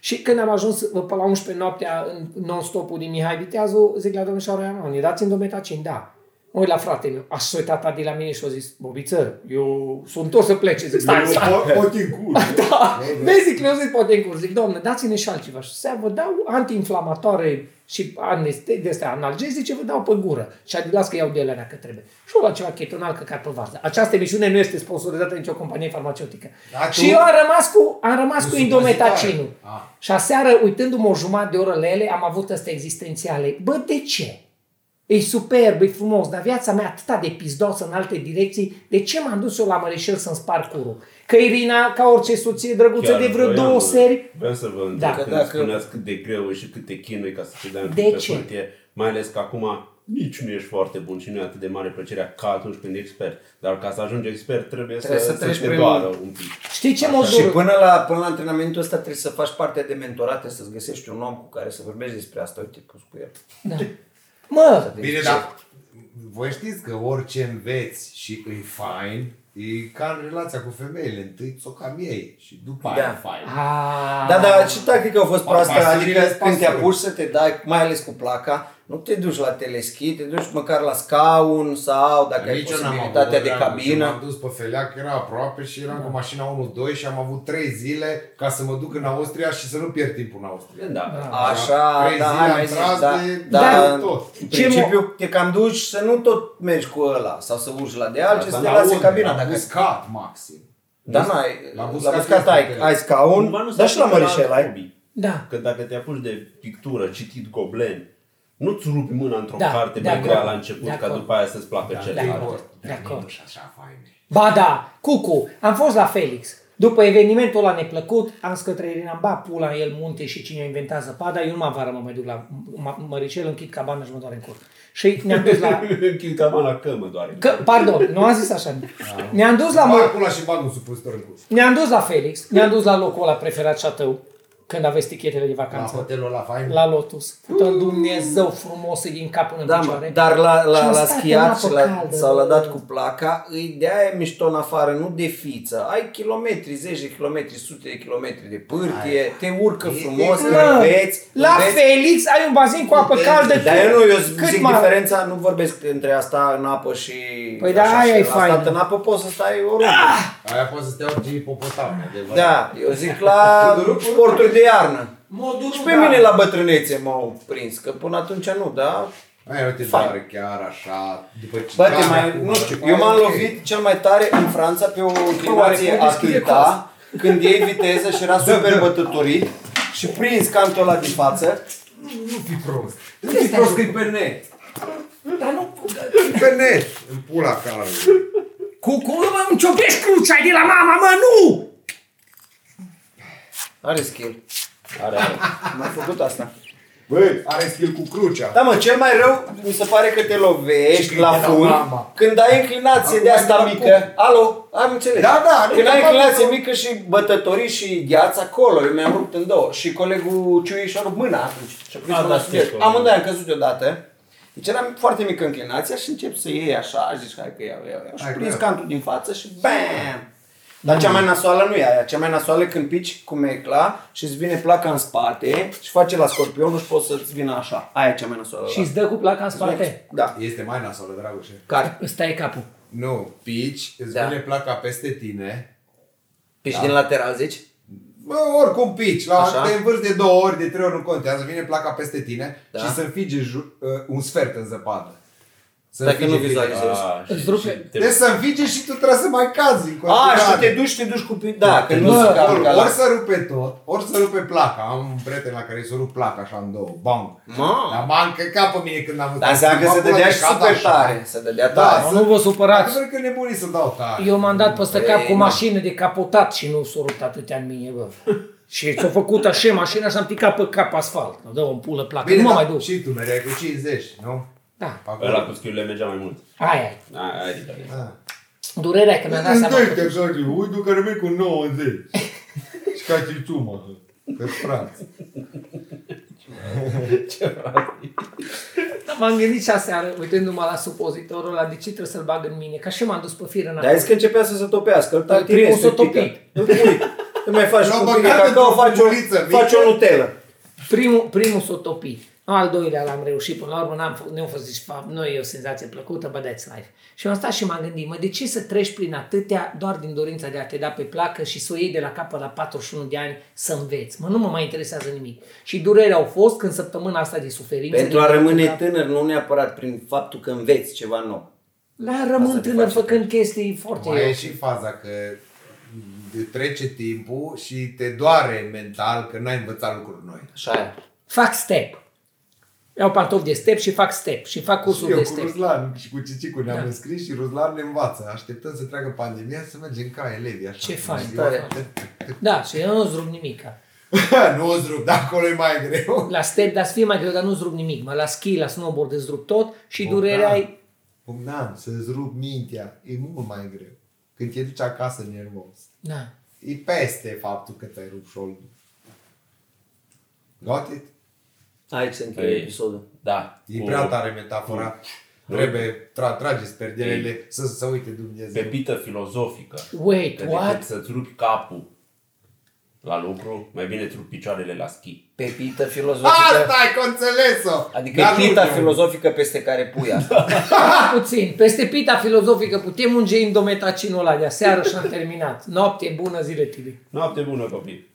[SPEAKER 2] Și când am ajuns bă, pe la 11 noaptea în non-stopul din Mihai Viteazu, zic la domnișoara mea, ne dați indometacin? Da. Mă uit la fratele meu, aș uitat Adi la mine și a zis, Bobiță, eu sunt o să plece, zic, stai, stai,
[SPEAKER 3] Pot în cur.
[SPEAKER 2] da, basic le-au zis poate în curs. Zic, doamne, dați-ne și altceva. Și să vă dau antiinflamatoare și aneste, de astea, analgezice, vă dau pe gură. Și adică las că iau de ele dacă trebuie. Și o la ceva chetonal căcat pe vază. Această emisiune nu este sponsorizată de nicio companie farmaceutică.
[SPEAKER 3] Da, tu-
[SPEAKER 2] și eu am rămas cu, am rămas cu
[SPEAKER 3] supozitoare.
[SPEAKER 2] indometacinul.
[SPEAKER 3] Ah.
[SPEAKER 2] Și aseară, uitându-mă o jumătate de oră la ele, am avut astea existențiale. Bă, de ce? E superb, e frumos, dar viața mea atâta de pizdosă în alte direcții, de ce m-am dus eu la Măreșel să-mi spar curul? Că Irina, ca orice soție drăguță
[SPEAKER 1] Chiar
[SPEAKER 2] de vreo
[SPEAKER 1] voiam,
[SPEAKER 2] două
[SPEAKER 1] bă.
[SPEAKER 2] seri,
[SPEAKER 1] Vreau să vă întreb
[SPEAKER 2] Da.
[SPEAKER 1] da. când
[SPEAKER 4] Dacă-
[SPEAKER 1] spuneați cât de greu e și cât te chinui ca să te dai un
[SPEAKER 2] De
[SPEAKER 1] pic pe
[SPEAKER 2] ce?
[SPEAKER 1] hârtie. mai ales că acum nici nu ești foarte bun și nu e atât de mare plăcerea ca atunci când ești expert. Dar ca să ajungi expert trebuie,
[SPEAKER 4] Trebuie
[SPEAKER 1] să,
[SPEAKER 4] să treci
[SPEAKER 1] să te
[SPEAKER 4] prin-
[SPEAKER 1] doară un pic.
[SPEAKER 2] Știi ce mă
[SPEAKER 4] Și
[SPEAKER 2] dură?
[SPEAKER 4] până la, până la antrenamentul ăsta trebuie să faci parte de mentorat, trebuie să-ți găsești un om cu care să vorbești despre asta, uite cu cu el.
[SPEAKER 2] Da. Mă,
[SPEAKER 3] Bine, da. dar voi știți că orice înveți și îi fain, e ca în relația cu femeile. Întâi ți-o cam ei și după aia
[SPEAKER 4] Da.
[SPEAKER 3] fain.
[SPEAKER 2] Ah, a,
[SPEAKER 4] Da, da, și da, cred că au fost proastă,
[SPEAKER 3] Pasiunile
[SPEAKER 4] adică când te
[SPEAKER 3] pasiuni.
[SPEAKER 4] apuci să te dai, mai ales cu placa, nu te duci la teleschi, te duci măcar la scaun sau dacă ai
[SPEAKER 3] Nici eu n-am avut
[SPEAKER 4] posibilitatea de
[SPEAKER 3] dragul și M-am
[SPEAKER 4] cabină.
[SPEAKER 3] dus pe Feleac, era aproape și eram cu mașina 1-2 și am avut 3 zile ca să mă duc în Austria și să nu pierd timpul în Austria.
[SPEAKER 1] Da.
[SPEAKER 4] Așa,
[SPEAKER 3] Trei
[SPEAKER 4] da,
[SPEAKER 3] zile
[SPEAKER 4] hai
[SPEAKER 3] am
[SPEAKER 4] mai zici,
[SPEAKER 3] tras
[SPEAKER 4] da,
[SPEAKER 3] de-
[SPEAKER 4] da,
[SPEAKER 3] de tot.
[SPEAKER 4] în
[SPEAKER 2] Ce mo-
[SPEAKER 4] principiu te cam duci să nu tot mergi cu ăla sau să urci la deal, ci să te
[SPEAKER 1] la
[SPEAKER 4] lase
[SPEAKER 1] unde?
[SPEAKER 4] cabina.
[SPEAKER 3] Da, La
[SPEAKER 4] dacă
[SPEAKER 3] buscat, maxim.
[SPEAKER 4] Da, n-ai,
[SPEAKER 3] La
[SPEAKER 4] la
[SPEAKER 3] Buscat
[SPEAKER 4] buscat
[SPEAKER 3] este
[SPEAKER 4] ai,
[SPEAKER 3] putere.
[SPEAKER 4] ai
[SPEAKER 1] Cumva nu
[SPEAKER 4] scaun,
[SPEAKER 1] se
[SPEAKER 4] dar și la
[SPEAKER 1] aplică
[SPEAKER 4] mărișel
[SPEAKER 1] alt
[SPEAKER 4] ai.
[SPEAKER 1] hobby.
[SPEAKER 2] da.
[SPEAKER 1] Că dacă te apuci de pictură, citit goblen, nu-ți rupi mâna într-o
[SPEAKER 2] Da,
[SPEAKER 1] carte
[SPEAKER 2] de
[SPEAKER 1] mai
[SPEAKER 2] acord,
[SPEAKER 1] grea la început,
[SPEAKER 2] de
[SPEAKER 1] ca
[SPEAKER 2] acord. Da,
[SPEAKER 1] după aia să-ți
[SPEAKER 3] Da,
[SPEAKER 1] placă [LAUGHS] celălalt.
[SPEAKER 3] Bord,
[SPEAKER 2] de
[SPEAKER 3] dar
[SPEAKER 2] acord.
[SPEAKER 3] nu și deci așa faine.
[SPEAKER 2] Ba da, Cucu, am fost la Felix. După evenimentul ăla neplăcut, am zis către Irina, ba, pula în el munte și cine a inventat zăpada, eu nu mă vară mă mai duc la M- M- Măricel, închid cabana și mă doare în cur. Și ne-am dus la...
[SPEAKER 1] Închid cam la cămă doare.
[SPEAKER 2] Că, pardon, nu am zis așa. Ne-am dus la... Mă-
[SPEAKER 3] Bag pula și bag un supozitor în curs.
[SPEAKER 2] ne-am dus la Felix,
[SPEAKER 4] Mm.
[SPEAKER 2] ne-am dus la locul ăla preferat și a tău, când aveți tichetele de
[SPEAKER 3] La
[SPEAKER 4] Da.
[SPEAKER 2] vacanță,
[SPEAKER 3] hotelul ăla fain.
[SPEAKER 2] la Lotus. Pută Dumnezeu frumos e din cap până
[SPEAKER 4] Da,
[SPEAKER 2] în
[SPEAKER 4] mă,
[SPEAKER 2] picioare.
[SPEAKER 4] dar la,
[SPEAKER 2] Și
[SPEAKER 4] la,
[SPEAKER 2] am
[SPEAKER 4] la
[SPEAKER 2] stat în
[SPEAKER 4] schiat
[SPEAKER 2] apă
[SPEAKER 4] și la,
[SPEAKER 2] caldă.
[SPEAKER 4] sau la dat cu placa, îi de aia mișto în afară, nu de fiță. Ai kilometri, zeci de kilometri, sute de kilometri de pârtie, te urcă frumos,
[SPEAKER 2] Mă,
[SPEAKER 4] înveți,
[SPEAKER 2] la
[SPEAKER 4] înveți.
[SPEAKER 2] Felix ai un bazin cu apă caldă.
[SPEAKER 4] Dar eu nu, eu
[SPEAKER 2] cât
[SPEAKER 4] zic
[SPEAKER 2] mă-
[SPEAKER 4] diferența, nu vorbesc între asta în apă și...
[SPEAKER 2] Păi da,
[SPEAKER 4] așa,
[SPEAKER 2] aia
[SPEAKER 4] și
[SPEAKER 2] e
[SPEAKER 4] la
[SPEAKER 2] faină. Ah!
[SPEAKER 4] stat în apă poți să stai oriunde.
[SPEAKER 3] Aia poate să te orice hipopotam, adevărat.
[SPEAKER 4] Da, eu zic la sporturi de iarnă.
[SPEAKER 2] Modul
[SPEAKER 4] Și pe mine la bătrânețe m-au prins, că până atunci nu, da?
[SPEAKER 3] Aia nu te
[SPEAKER 4] Fain.
[SPEAKER 3] doare chiar așa, după ce
[SPEAKER 4] Bă, te
[SPEAKER 3] care
[SPEAKER 4] mai,
[SPEAKER 3] Da, acum,
[SPEAKER 4] nu știu,
[SPEAKER 3] după
[SPEAKER 4] eu
[SPEAKER 3] aia,
[SPEAKER 4] m-am
[SPEAKER 3] ok.
[SPEAKER 4] lovit cel mai tare în Franța pe o
[SPEAKER 2] cum
[SPEAKER 4] inclinație
[SPEAKER 2] deschide coasta?
[SPEAKER 4] atâta, când iei viteză și era super bătătorit și prins cantul ăla din față.
[SPEAKER 3] Nu fi prost. Nu fi prost că e pe net.
[SPEAKER 2] Dar nu...
[SPEAKER 3] E pe net. În pula carului.
[SPEAKER 2] Cu cum mă îmi ciopești crucea de la mama, mă, nu!
[SPEAKER 4] Are skill.
[SPEAKER 1] Are, are.
[SPEAKER 4] Am făcut asta.
[SPEAKER 3] Bă, are skill cu crucea.
[SPEAKER 4] Da, mă, cel mai rău mi se pare că te
[SPEAKER 3] Și
[SPEAKER 4] lovești
[SPEAKER 3] când
[SPEAKER 4] la
[SPEAKER 3] te dau
[SPEAKER 4] fund
[SPEAKER 3] mama.
[SPEAKER 4] când ai inclinație
[SPEAKER 3] Acum
[SPEAKER 4] de
[SPEAKER 3] ai
[SPEAKER 4] asta
[SPEAKER 3] dat
[SPEAKER 4] mică. Alo, am înțeles.
[SPEAKER 3] Da, da, nu
[SPEAKER 4] Când
[SPEAKER 3] te
[SPEAKER 4] ai
[SPEAKER 3] fac
[SPEAKER 4] inclinație
[SPEAKER 3] acolo.
[SPEAKER 4] mică și bătătorii și gheața acolo, eu mi-am rupt în două. Și colegul Ciui și-a rupt mâna atunci. Și-a prins
[SPEAKER 1] A,
[SPEAKER 4] mâna
[SPEAKER 1] da,
[SPEAKER 4] sub
[SPEAKER 1] știu
[SPEAKER 4] el.
[SPEAKER 1] că-
[SPEAKER 4] Amândoi am căzut deodată. Deci eram foarte mică inclinația și încep să iei așa, zici, hai că iau, iau, iau. Și
[SPEAKER 3] Hai că
[SPEAKER 4] prins
[SPEAKER 3] iau.
[SPEAKER 4] cantul din față și bam! Dar cea mai nasoală nu e aia, cea mai nasoală e când pici cu mecla și îți vine placa în spate și face la scorpionul și poți să-ți vină așa. Aia e cea mai nasoală.
[SPEAKER 2] Și îți dă cu placa în spate.
[SPEAKER 4] Da.
[SPEAKER 3] Este mai nasolă, Dragoșe.
[SPEAKER 4] Care?
[SPEAKER 2] Îți tai capul.
[SPEAKER 3] Nu, pici, îți
[SPEAKER 4] Da.
[SPEAKER 3] vine placa peste tine.
[SPEAKER 4] Pici din lateral, zici?
[SPEAKER 3] Bă, oricum pici, la
[SPEAKER 4] Așa.
[SPEAKER 3] te învârți de două ori, de trei ori nu contează, vine placa peste tine
[SPEAKER 4] Da.
[SPEAKER 3] și să înfige ju- uh, un sfert în zăpadă. Să
[SPEAKER 4] Dacă nu
[SPEAKER 3] înfige
[SPEAKER 4] vizualizezi.
[SPEAKER 1] A,
[SPEAKER 2] Îți
[SPEAKER 1] și-
[SPEAKER 2] rupe.
[SPEAKER 1] și te-
[SPEAKER 3] Deci să înfige și tu trebuie să mai cazi în
[SPEAKER 4] A,
[SPEAKER 3] continuare.
[SPEAKER 4] și tu Ah, te duci, te duci cu pici. Da, că nu
[SPEAKER 2] Bă,
[SPEAKER 4] se
[SPEAKER 3] Ori,
[SPEAKER 4] calcă
[SPEAKER 3] ori
[SPEAKER 4] la...
[SPEAKER 3] să rupe tot, ori să rupe placa. Am un prieten la care i s-a rupt placa așa în două. Bang.
[SPEAKER 4] Mă.
[SPEAKER 3] Dar m-a încăcat pe mine când am văzut.
[SPEAKER 4] Dar înseamnă că
[SPEAKER 3] M-a
[SPEAKER 4] se
[SPEAKER 3] pula
[SPEAKER 4] dădea
[SPEAKER 3] de
[SPEAKER 4] și
[SPEAKER 3] cap
[SPEAKER 4] super
[SPEAKER 3] așa.
[SPEAKER 4] tare. Se dădea
[SPEAKER 3] Da,
[SPEAKER 4] tare.
[SPEAKER 2] Nu vă supărați.
[SPEAKER 3] Adevăr că nebunii să dau tare.
[SPEAKER 2] Eu m-am dat peste
[SPEAKER 4] Ei,
[SPEAKER 2] cap cu
[SPEAKER 4] nu.
[SPEAKER 2] mașină de capotat și nu s-a rupt atâtea în mine, bă. Și s-a făcut așa mașina și am picat pe cap asfalt. Mă dă o pulă placă. nu mă
[SPEAKER 4] da.
[SPEAKER 3] dar
[SPEAKER 2] mai duc.
[SPEAKER 3] da, și tu mereai cu 50, nu?
[SPEAKER 2] Da,
[SPEAKER 3] Acolo.
[SPEAKER 1] Ăla cu schiurile mergea mai mult.
[SPEAKER 2] aia e.
[SPEAKER 1] Aia, aia, e.
[SPEAKER 3] Da.
[SPEAKER 2] Durerea e că mi-am dat seama
[SPEAKER 3] Îndoi-te
[SPEAKER 2] că...
[SPEAKER 3] așa, că uite că rămâi cu 90.
[SPEAKER 4] [LAUGHS]
[SPEAKER 3] Și ca și tu, mă. Că franț.
[SPEAKER 2] Dar Da, M-am gândit și aseară, uitându-mă la supozitorul ăla, de ce trebuie să-l bag în mine? Că și m-am dus pe fir în
[SPEAKER 4] Da. Dar
[SPEAKER 2] acolo.
[SPEAKER 4] zici că începea să se topească. Îl tai
[SPEAKER 2] Primul
[SPEAKER 4] prins,
[SPEAKER 2] s-a
[SPEAKER 4] îl pică.
[SPEAKER 2] topit.
[SPEAKER 4] Îl pui. Nu mai faci
[SPEAKER 3] L-au
[SPEAKER 4] cu
[SPEAKER 3] băgat
[SPEAKER 4] tine cacao,
[SPEAKER 3] într-o
[SPEAKER 4] faci o,
[SPEAKER 3] culiță mică.
[SPEAKER 4] faci o nutelă.
[SPEAKER 2] Primul, primul s-a topit. Al doilea l-am reușit până la urmă, n-am, fă- nu a fost nici fapt, nu e o senzație plăcută, but that's life. Și am stat și m-am gândit, mă, de ce să treci prin atâtea doar din dorința de a te da pe placă și să o iei de la capăt la 41 de ani să înveți? Mă, nu mă mai interesează nimic. Și durerea au fost când săptămâna asta de suferință...
[SPEAKER 4] Pentru a
[SPEAKER 2] din
[SPEAKER 4] rămâne
[SPEAKER 2] dorința-
[SPEAKER 4] tânăr, nu neapărat prin faptul că înveți ceva nou.
[SPEAKER 2] La rămân
[SPEAKER 4] Asta te
[SPEAKER 2] tânăr
[SPEAKER 4] face
[SPEAKER 2] făcând chestii foarte...
[SPEAKER 3] Mai e și faza că trece timpul și te doare mental că n-ai învățat lucruri noi.
[SPEAKER 4] Așa e.
[SPEAKER 2] Fac step. Iau pantofi de step și fac step. Și fac cursul
[SPEAKER 3] eu
[SPEAKER 2] de
[SPEAKER 3] cu
[SPEAKER 2] step.
[SPEAKER 3] Ruslan și cu Cicicu ne-am da. înscris și Ruslan ne învață. Așteptăm să treacă pandemia să mergem ca elevii. Așa.
[SPEAKER 2] Ce fain,
[SPEAKER 3] Și-
[SPEAKER 2] tare. Da, și eu nu-ți rup nimic.
[SPEAKER 3] [LAUGHS] nu îți rup, dar acolo e mai greu.
[SPEAKER 2] La step, la sfârșit mai greu, dar nu-ți rup nimic. Mă, la ski, la snowboard îți rup tot și durerea
[SPEAKER 3] da.
[SPEAKER 2] ai...
[SPEAKER 3] Bogdan, să-ți rup mintea, e mult mai greu. Când te duci acasă nervos.
[SPEAKER 2] Da.
[SPEAKER 3] E peste faptul că te-ai rupt șoldul. Got it?
[SPEAKER 4] Aici se încheie
[SPEAKER 1] Ei.
[SPEAKER 4] episodul.
[SPEAKER 1] Păi, Da.
[SPEAKER 3] E
[SPEAKER 1] cu-
[SPEAKER 3] prea tare metafora. Trebuie, tra, trageți perdelele, să se uite Dumnezeu.
[SPEAKER 1] Pe pită filozofică.
[SPEAKER 2] Wait,
[SPEAKER 1] Că
[SPEAKER 2] what?
[SPEAKER 1] Decât să-ți rupi capul la lucru, mai bine îți rupi picioarele la schi.
[SPEAKER 4] Pepită filozofică.
[SPEAKER 3] Asta ai că înțeles-o!
[SPEAKER 4] Adică
[SPEAKER 3] Dar nu
[SPEAKER 4] pita
[SPEAKER 3] eu.
[SPEAKER 4] filozofică peste care [LAUGHS] pui asta.
[SPEAKER 2] Stai puțin, peste pita filozofică putem unge indometacinul ăla de aseară și am terminat. Noapte bună, zile tine.
[SPEAKER 1] Noapte bună, copii!